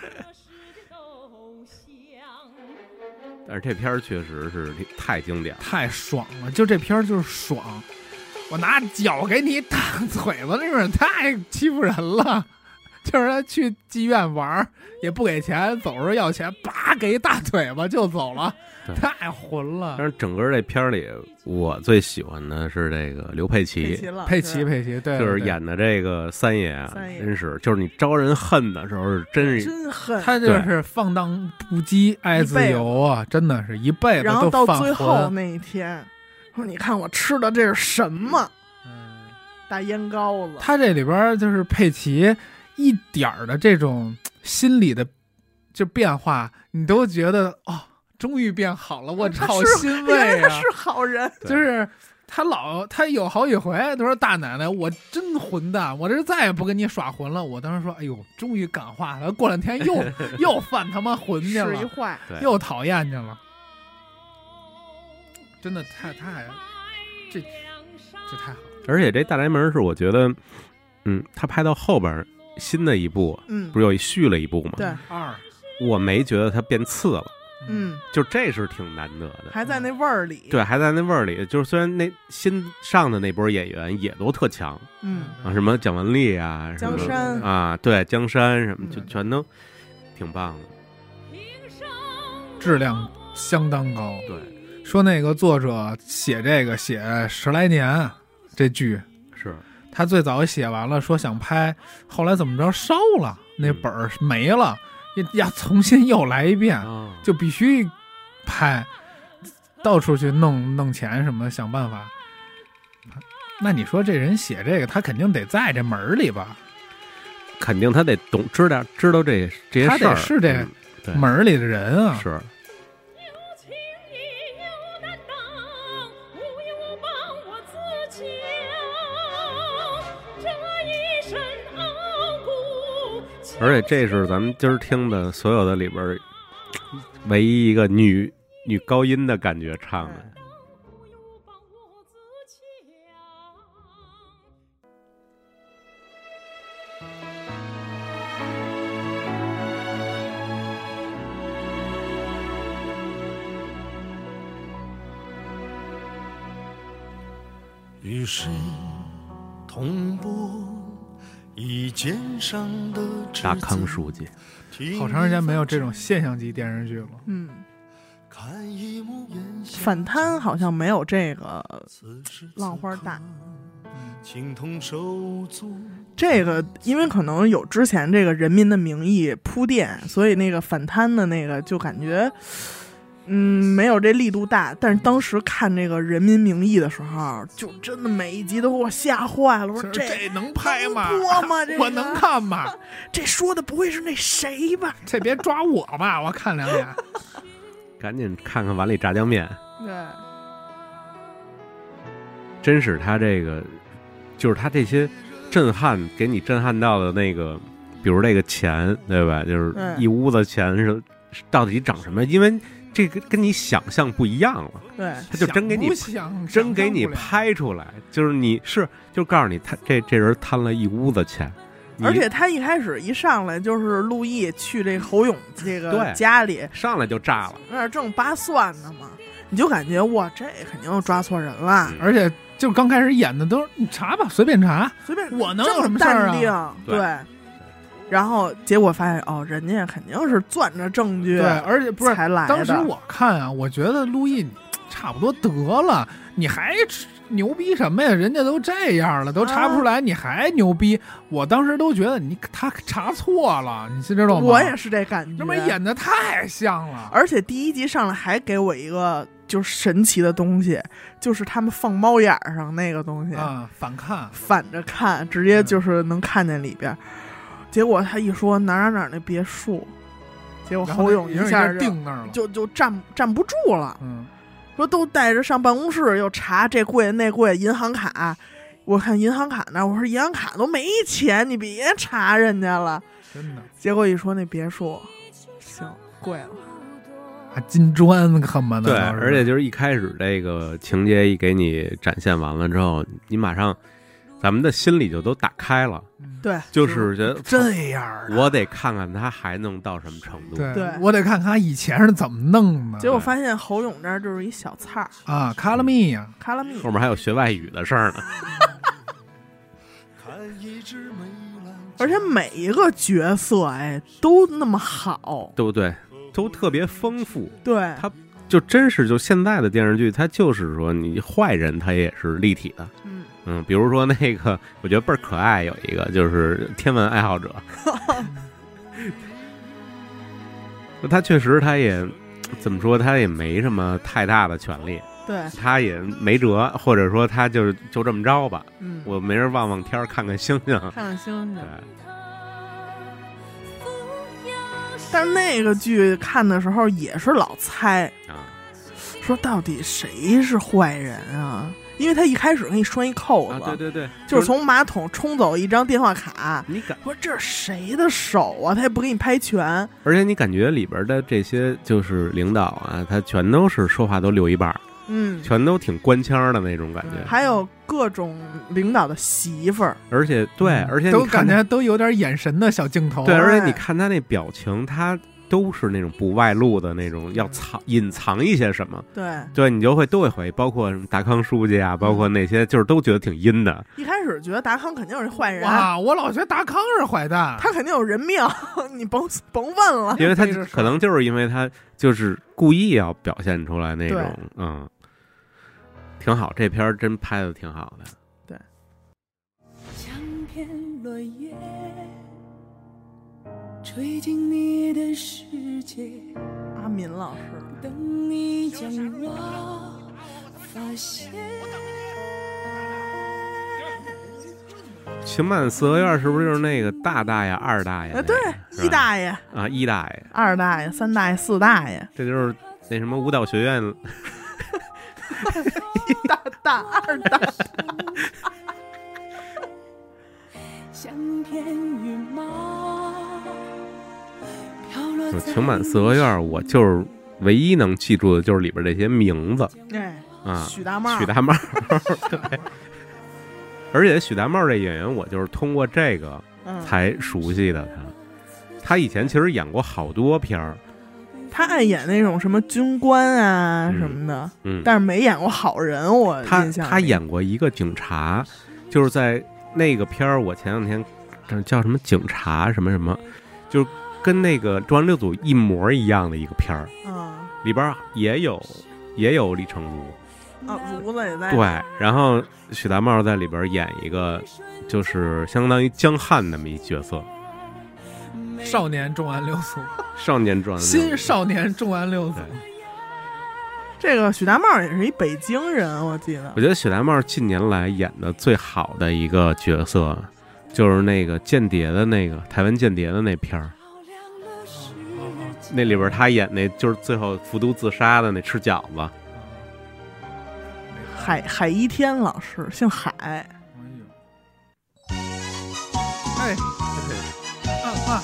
S2: 但是这片儿确实是太经典了，
S3: 太爽了！就这片儿就是爽，我拿脚给你打嘴巴，那种太欺负人了。 就是他去妓院玩儿，也不给钱，走时候要钱，叭给一大嘴巴就走了
S2: 对，
S3: 太混了
S2: 但。是整个这片儿里，我最喜欢的是这个刘佩
S1: 佩
S2: 琦
S1: 奇，老师
S3: 佩奇，佩奇，对，
S2: 就是
S3: 对
S2: 演的这个三爷啊，
S1: 三爷
S2: 真是就是你招人恨的时候，是真是
S1: 真狠。
S3: 他就是放荡不羁、爱自由啊，真的是一辈子
S1: 然后
S3: 都
S1: 到
S3: 犯
S1: 最后
S3: 浑。
S1: 那一天，说你看我吃的这是什么？
S3: 嗯
S1: 大烟膏子。
S3: 他这里边儿就是佩奇一点儿的这种心理的就变化，你都觉得哦，终于变好了，我好欣
S1: 原
S3: 慰
S1: 来
S3: 啊
S1: 他！啊 是好人，
S2: 对
S3: 就是他老他有好几回都说大奶奶，我真混蛋，我这再也不跟你耍混了。我当时说，哎呦，终于感化了，过两天 又又犯他妈混去
S1: 是一
S3: 了，
S1: 坏。
S2: 对
S3: 又讨厌去了，真的太太这这太好了。
S2: 而且这大宅门是我觉得，嗯，他拍到后边儿新的一部
S1: 嗯
S2: 不，是又续了一部吗？
S1: 对
S3: 二，
S2: 我没觉得他变次了，
S1: 嗯，
S2: 就这是挺难得的。
S1: 还在那味儿里。，
S2: 对，还在那味儿里，就是虽然那新上的那波演员也都特强
S1: 嗯，
S2: 啊，什么蒋雯丽啊，什么
S1: 江山
S2: 啊，对，江山什么，
S3: 嗯
S2: 就全都挺棒的。
S3: 质量相当高。
S2: 对，
S3: 说那个作者写这个写十来年，这剧
S2: 是
S3: 他最早写完了，说想拍，后来怎么着烧了，那本儿没了，要要重新又来一遍，
S2: 啊，
S3: 就必须拍，到处去弄弄钱什么的，想办法。那你说这人写这个，他肯定得在这门儿里吧？
S2: 肯定他得懂知道知道这这些
S3: 他
S2: 事
S3: 得
S2: 儿，
S3: 是这
S2: 嗯对
S3: 门儿里的人啊，
S2: 是
S6: 情义有担当，无依无傍我自强。这一身傲骨，
S2: 而且这是咱们今儿听的所有的里边儿唯一一个女女高音的感觉唱的。
S6: 无依无傍我自强。
S2: 《
S7: 与谁同步？一肩上的指
S2: 达康
S7: 尖
S2: 书记，
S3: 好长时间没有这种现象级电视剧了。
S1: 嗯，
S7: 看一幕烟消
S1: 反贪好像没有这个，
S7: 此时
S1: 浪花大
S7: 此刻，情同手足。
S1: 这个因为可能有之前这个《人民的名义》铺垫，所以那个反贪的那个就感觉，嗯，没有这力度大。但是当时看这个《人民名义》的时候，就真的每一集都给我吓坏了。我说
S3: 这
S1: 这
S3: 能拍吗？
S1: 能播 吗这个
S3: 我能 看吗？
S1: 这说的不会是那谁吧？
S3: 这别抓我吧，我看两眼。
S2: 赶紧看看碗里炸酱面，
S1: 对。
S2: 真是他这个，就是他这些震撼给你震撼到的那个，比如这个钱，对吧？就是
S1: 嗯
S2: 一屋子钱是是到底长什么样？因为这个跟你想象不一样了，
S1: 对，
S2: 他就真给你
S3: 想不想
S2: 真给你
S3: 想象不了
S2: 拍出来，就是你是就告诉你他这这人贪了一屋子钱，你
S1: 而且他一开始一上来就是陆毅去这侯勇这个
S2: 对
S1: 家里，
S2: 上来就炸了。
S1: 那儿正扒蒜呢嘛，你就感觉哇，这肯定又抓错人了，
S2: 嗯
S3: 而且就刚开始演的都是你查吧，随便查，
S1: 随便
S3: 我能有
S1: 这
S3: 什
S1: 么
S3: 么事儿
S1: 淡
S3: 啊
S1: 定，
S2: 对
S1: 对。然后结果发现哦，人家肯定是攥着证据，
S3: 对，而且不是
S1: 才来的。
S3: 当时我看啊，我觉得陆毅你差不多得了，你还牛逼什么呀？人家都这样了，都查不
S1: 啊
S3: 出来，你还牛逼？我当时都觉得你他查错了，你知道吗？
S1: 我也是这感觉，
S3: 他妈演的太像了，
S1: 而且第一集上来还给我一个就是神奇的东西，就是他们放猫眼儿上那个东西，
S3: 啊，反看
S1: 反着看，直接就是能看见里边儿。结果他一说哪儿哪儿哪儿那别墅，结果
S3: 然后
S1: 侯勇
S3: 一
S1: 下就
S3: 定那儿了，
S1: 就就站站不住了，
S3: 嗯，
S1: 说都带着上办公室又查这柜那柜银行卡。我看银行卡那儿，我说银行卡都没钱，你别查人家了。
S3: 真的
S1: 结果一说那别墅，行贵了，
S3: 啊，金砖恨不得
S2: 对，
S3: 都是
S2: 而且就是一开始这个情节一给你展现完了之后，你马上咱们的心里就都打开了，
S1: 对，
S2: 就是觉得
S3: 这样儿的，
S2: 我得看看他还能到什么程度。
S3: 对
S1: 对
S3: 我得看看他以前是怎么弄
S2: 啊
S3: 的
S1: 结果发现侯勇这儿就是一小菜儿，
S3: 啊，卡拉米呀，
S1: 卡拉米
S2: 后面还有学外语的事儿呢。
S7: 看一只梅兰
S1: 而且每一个角色哎都那么好，
S2: 对不对？都特别丰富，
S1: 对，
S2: 他就真是就现在的电视剧，它就是说你坏人他也是立体的。
S1: 嗯，
S2: 嗯，比如说那个，我觉得倍儿可爱，有一个就是天文爱 好者，就他确实他也怎么说，他也没什么太大的权利，
S1: 对，
S2: 他也没辙，或者说他就就这么着吧，
S1: 嗯，
S2: 我没人望望天儿，看看星星。
S1: 看看星
S2: 对
S1: 星。但是那个剧看的时候也是老猜，
S2: 啊，
S1: 说到底谁是坏人啊？因为他一开始给你拴一扣
S2: 啊
S1: 子，
S2: 对对对，
S1: 就是从马桶冲走一张电话卡。
S2: 你感，
S1: 说这是谁的手啊？他也不给你拍全，
S2: 而且你感觉里边的这些就是领导啊，他全都是说话都溜一半儿，
S1: 嗯，
S2: 全都挺官腔儿的那种感觉，
S1: 还有各种领导的媳妇儿，
S2: 而且对，而且
S3: 都
S2: 你
S3: 感
S2: 看
S3: 觉都有点眼神的小镜头，
S2: 对，而且
S1: 哎
S2: 你看他那表情，他都是那种不外露的那种，要藏隐藏一些什么，
S1: 对，
S2: 对你就会都会回，包括什么达康书记啊，包括那些就是都觉得挺阴的，
S1: 一开始觉得达康肯定是坏人，
S3: 哇，我老觉得达康是坏蛋，
S1: 他肯定有人命， 你甭甭问了。
S2: 因为他
S3: 背着手
S2: 可能就是因为他就是故意要表现出来那
S1: 对
S2: 种，嗯，挺好，这片儿真拍的挺好的。
S6: 香片落叶，吹进你的世界，
S1: 阿民老师，
S6: 等你将我发现。
S2: 秦满四合院是不是就是那个大大爷、二大爷那
S1: 啊，
S2: 个？
S1: 对，
S2: 哎是吧
S1: 一大爷、
S2: 啊，一大爷，
S1: 二大爷、三大爷、四大 爷，
S2: 这就是那什么舞蹈学院
S1: 一大大二大，
S6: 香片羽毛飘落
S2: 《
S6: 在
S2: 情满四合院》，我就是唯一能记住的就是里边这些名字
S1: 哎，
S2: 啊，
S1: 许大茂，
S2: 许大茂，对。而且许大茂这演员，我就是通过这个
S1: 嗯，
S2: 才熟悉的他。他以前其实演过好多片儿，
S1: 他爱演那种什么军官啊
S2: 嗯
S1: 什么的，
S2: 嗯，
S1: 但是没演过好人。我
S2: 他
S1: 呃印象
S2: 他
S1: 里
S2: 演过一个警察，就是在那个片儿，我前两天呃叫什么警察什么什么，就是跟那个《中央六组》一模一样的一个片儿，
S1: 啊
S2: 里边儿也有也有李成儒，
S1: 啊，如子也在
S2: 对，然后许大茂在里边演一个就是相当于江汉那么一角色，
S3: 少年重案六组，
S2: 少年专
S3: 新少年重案六组
S2: 对，
S1: 这个许大茂也是一北京人，我记得
S2: 我觉得许大茂近年来演的最好的一个角色，就是那个间谍的那个台湾间谍的那片儿，
S3: 哦
S2: 那里边他演那就是最后服毒自杀的那吃饺子，
S1: 海海一天老师姓海，
S3: 哎呦，哎，啊啊！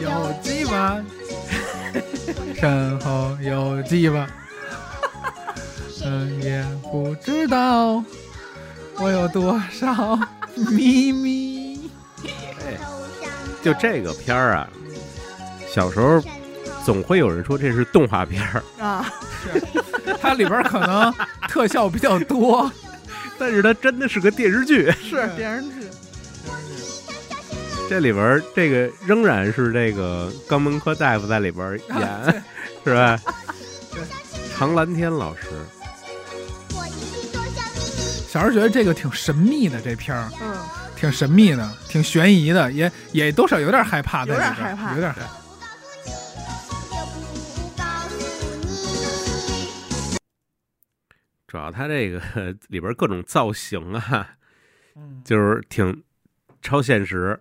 S3: 有鸡巴，身后有鸡巴，谁也不知道我有多少秘密。
S2: 哎就这个片儿啊，小时候总会有人说这是动画片儿，
S1: 啊，
S3: 它里边可能特效比较多，
S2: 但是它真的是个电视剧。
S1: 是电视剧，
S2: 这里边儿这个仍然是这个肛门科大夫在里边儿演，是吧？唐蓝天老师，
S3: 小时候觉得这个挺神秘的，这片儿
S1: 嗯，
S3: 挺神秘的，挺悬疑的，也也多少有点害怕在
S1: 有
S3: 里
S1: 点
S3: 边，
S1: 害怕
S3: 有点害怕。
S2: 主要他这个 呃里边儿各种造型啊，
S3: 嗯
S2: 就是挺超现实。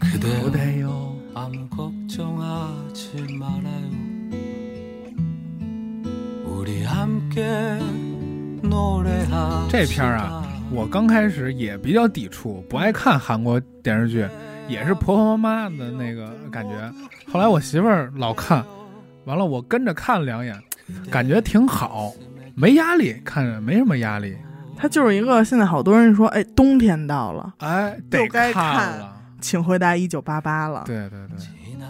S3: 그대요
S7: 아무 걱정하지 말아요. 우리 함께 노래하.
S3: 这片儿啊，我刚开始也比较抵触，不爱看韩国电视剧，也是婆婆妈妈的那个感觉。后来我媳妇儿老看，完了我跟着看了两眼，感觉挺好，没压力，看着没什么压力。
S1: 他就是一个现在好多人说，哎，冬天到了，
S3: 哎，
S1: 又
S3: 得
S1: 该看
S3: 了。
S1: 请回答一九八八了。
S3: 对对对，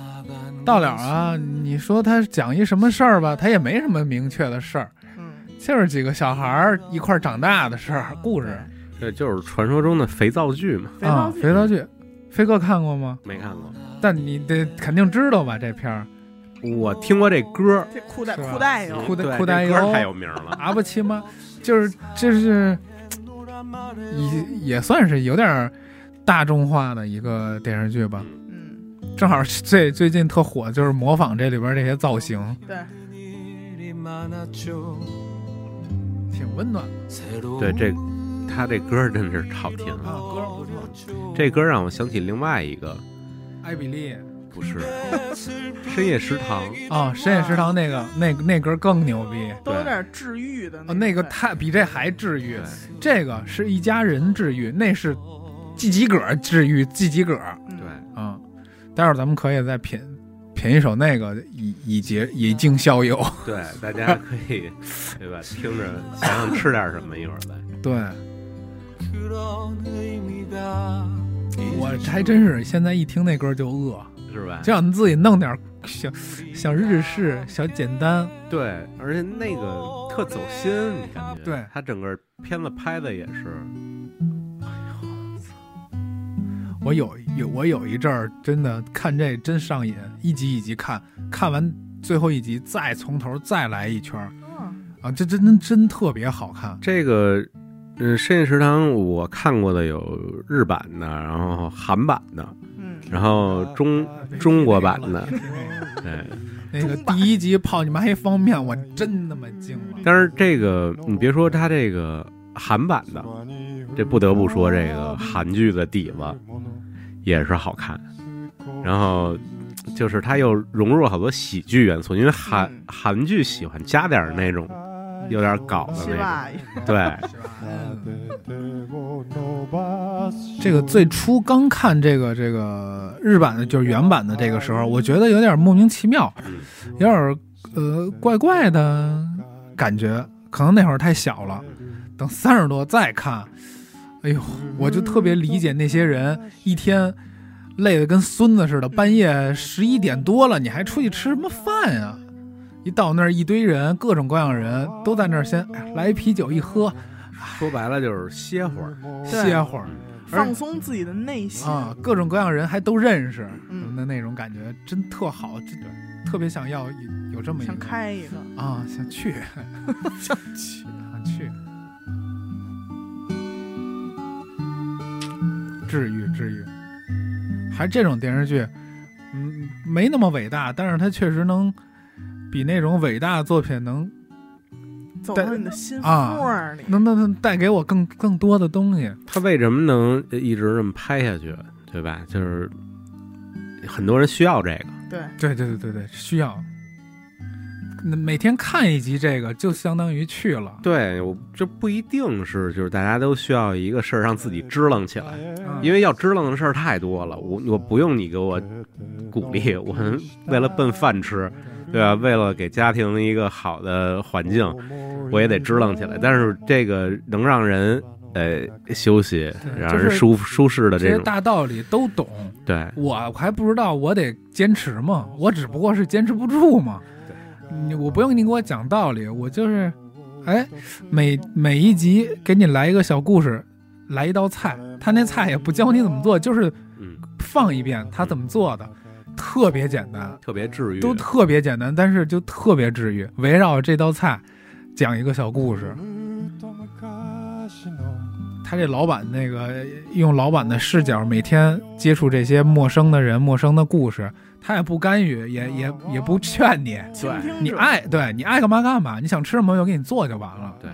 S3: 到了啊，你说他讲一什么事儿吧，他也没什么明确的事儿，
S1: 嗯，
S3: 就是几个小孩儿一块儿长大的事儿故事
S2: 这呃就是传说中的肥皂剧嘛，
S1: 肥皂
S3: 啊。
S1: 剧
S3: 肥皂剧，飞哥看过吗？
S2: 没看过。
S3: 但你得肯定知道吧？这片 儿
S2: 我听过这歌，
S1: 这裤带
S3: 是吧
S1: 裤带有，
S3: 裤
S2: 嗯
S3: 带
S2: 对
S3: 裤带
S2: 这歌
S3: 哟
S2: 太有名了。
S3: 阿不奇吗？就是就是，也也算是有点儿大众化的一个电视剧吧。
S1: 嗯，
S3: 正好是最最近特火，就是模仿这里边儿这些造型，
S1: 对，
S7: 일이 많았죠.
S3: 挺温暖的
S7: 새로운
S2: 对这，他这歌真是好听。
S3: 啊，歌儿不错。
S2: 这歌让我想起另外一个，
S3: 艾比利
S2: 不是深夜食堂，
S3: 啊，深夜食堂那个那那歌儿更牛逼。
S1: 都有
S2: 对
S1: 点治愈的
S3: 哦，
S1: 种
S3: 那个
S1: 味
S3: 太比这还治愈
S2: 对，
S3: 这个是一家人治愈，那是自己个儿治愈自己个儿。
S1: 嗯
S2: 对，
S3: 啊，待会儿咱们可以再品品一首那个以以结以儆效尤。
S2: 对，大家可以对吧？听着想想吃点什么，一会儿来。
S3: 对
S7: 그런 의미가
S3: 我还真是现在一听那歌就饿，
S2: 是吧？
S3: 就想自己弄点儿小小日式、小简单。
S2: 对，而且那个特走心，你感觉？
S3: 对嗯
S2: 他整个片子拍的也是，
S3: 我有有我有一阵儿真的看这真上瘾，一集一集看，看完最后一集再从头再来一圈儿
S1: 嗯
S3: 啊，这真真真特别好看。
S2: 这个，嗯，深夜食堂我看过的有日版的，然后韩版的，
S1: 嗯，
S2: 然后呃中
S3: 啊
S2: 啊中国版的，对。
S3: 那个第一集泡你妈黑方便面，我真他妈惊了。
S2: 但是这个你别说他这个韩版的，这不得不说这个韩剧的底子也是好看，然后。就是它又融入了好多喜剧元素，因为韩
S1: 嗯
S2: 韩剧喜欢加点儿那种有点搞的
S1: 是
S2: 那种，
S1: 吧？
S2: 啊对，
S3: 嗯这个最初刚看这个这个日版的，就是原版的这个时候，我觉得有点莫名其妙，有点呃怪怪的感觉，可能那会儿太小了。等三十多再看，哎呦，我就特别理解那些人一天累得跟孙子似的，半夜十一点多了，你还出去吃什么饭呀、一到那儿，一堆人，各种各样的人都在那儿先哎来一啤酒一喝，
S2: 说白了就是歇会儿。
S1: 对
S3: 歇会儿。
S1: 放松自己的内心。
S3: 啊，各种各样人还都认识，
S1: 嗯
S3: 什么的那种感觉真特好，这特别想要有有这么一个
S1: 想开一个，
S3: 啊，想去，想去，想去，治愈治愈，还是这种电视剧，嗯，没那么伟大，但是它确实能比那种伟大的作品能
S1: 走
S3: 但
S1: 到你的心缝儿里。
S3: 能能能带给我更更多的东西，
S2: 他为什么能一直这么拍下去，对吧？就是很多人需要这个。
S1: 对，
S3: 对对对对对，需要。那每天看一集这个，就相当于去了。
S2: 对，我这不一定是就是大家都需要一个事儿让自己支棱起来，
S3: 嗯
S2: 因为要支棱的事儿太多了。我我不用你给我鼓励，我为了奔饭吃，对吧？为了给家庭一个好的环境，我也得支棱起来。但是这个能让人呃休息，让人舒舒适的
S3: 这
S2: 这
S3: 些
S2: 种，
S3: 大道理都懂，
S2: 对
S3: 我我还不知道我得坚持吗？我只不过是坚持不住嘛。你我不用你给我讲道理，我就是，哎，每每一集给你来一个小故事，来一道菜，他那菜也不教你怎么做，就是
S2: 嗯，
S3: 放一遍他怎么做的，特别简单，
S2: 特别治愈，
S3: 都特别简单，但是就特别治愈。围绕这道菜讲一个小故事。他这老板那个用老板的视角，每天接触这些陌生的人、陌生的故事，他也不干预，也也也不劝你，
S2: 哦
S1: 倾听者
S3: 你爱对你爱干嘛干嘛，你想吃什么就给你做就完了。
S2: 对，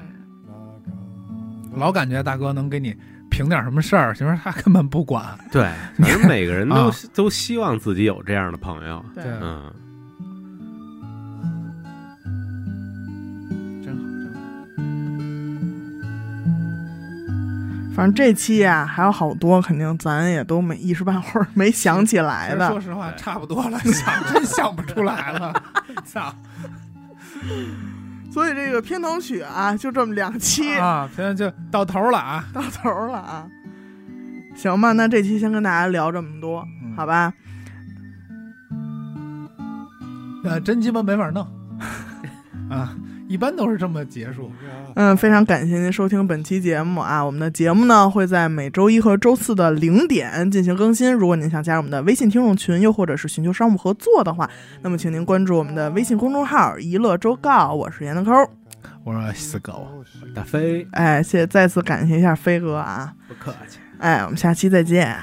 S3: 老感觉大哥能给你评点什么事儿，其实他根本不管。
S2: 对，反正每个人都、
S3: 啊
S2: 都希望自己有这样的朋友，
S1: 对
S3: 对
S2: 嗯。
S3: 真好，真好。
S1: 反正这期啊还有好多，肯定咱也都没一时半会儿没想起来
S3: 其实
S1: 的
S3: 说。实话，差不多了，想真想不出来了。操！
S1: 所以这个片头曲啊，就这么两 期
S3: 啊，现在就到头了啊。
S1: 到头儿了啊。行吧，那这期先跟大家聊这么多，
S3: 嗯
S1: 好吧？
S3: 呃，真鸡巴没法弄 啊！一般都是这么结束。
S1: 嗯，非常感谢您收听本期节目啊！我们的节目呢会在每周一和周四的零点进行更新。如果您想加入我们的微信听众群，又或者是寻求商务合作的话，那么请您关注我们的微信公众号“一乐周告”。我是闫德抠儿，
S3: 我说哎死狗，
S2: 大飞
S1: 哎，谢再次感谢一下飞哥啊！
S3: 不客气。
S1: 哎，我们下期再见。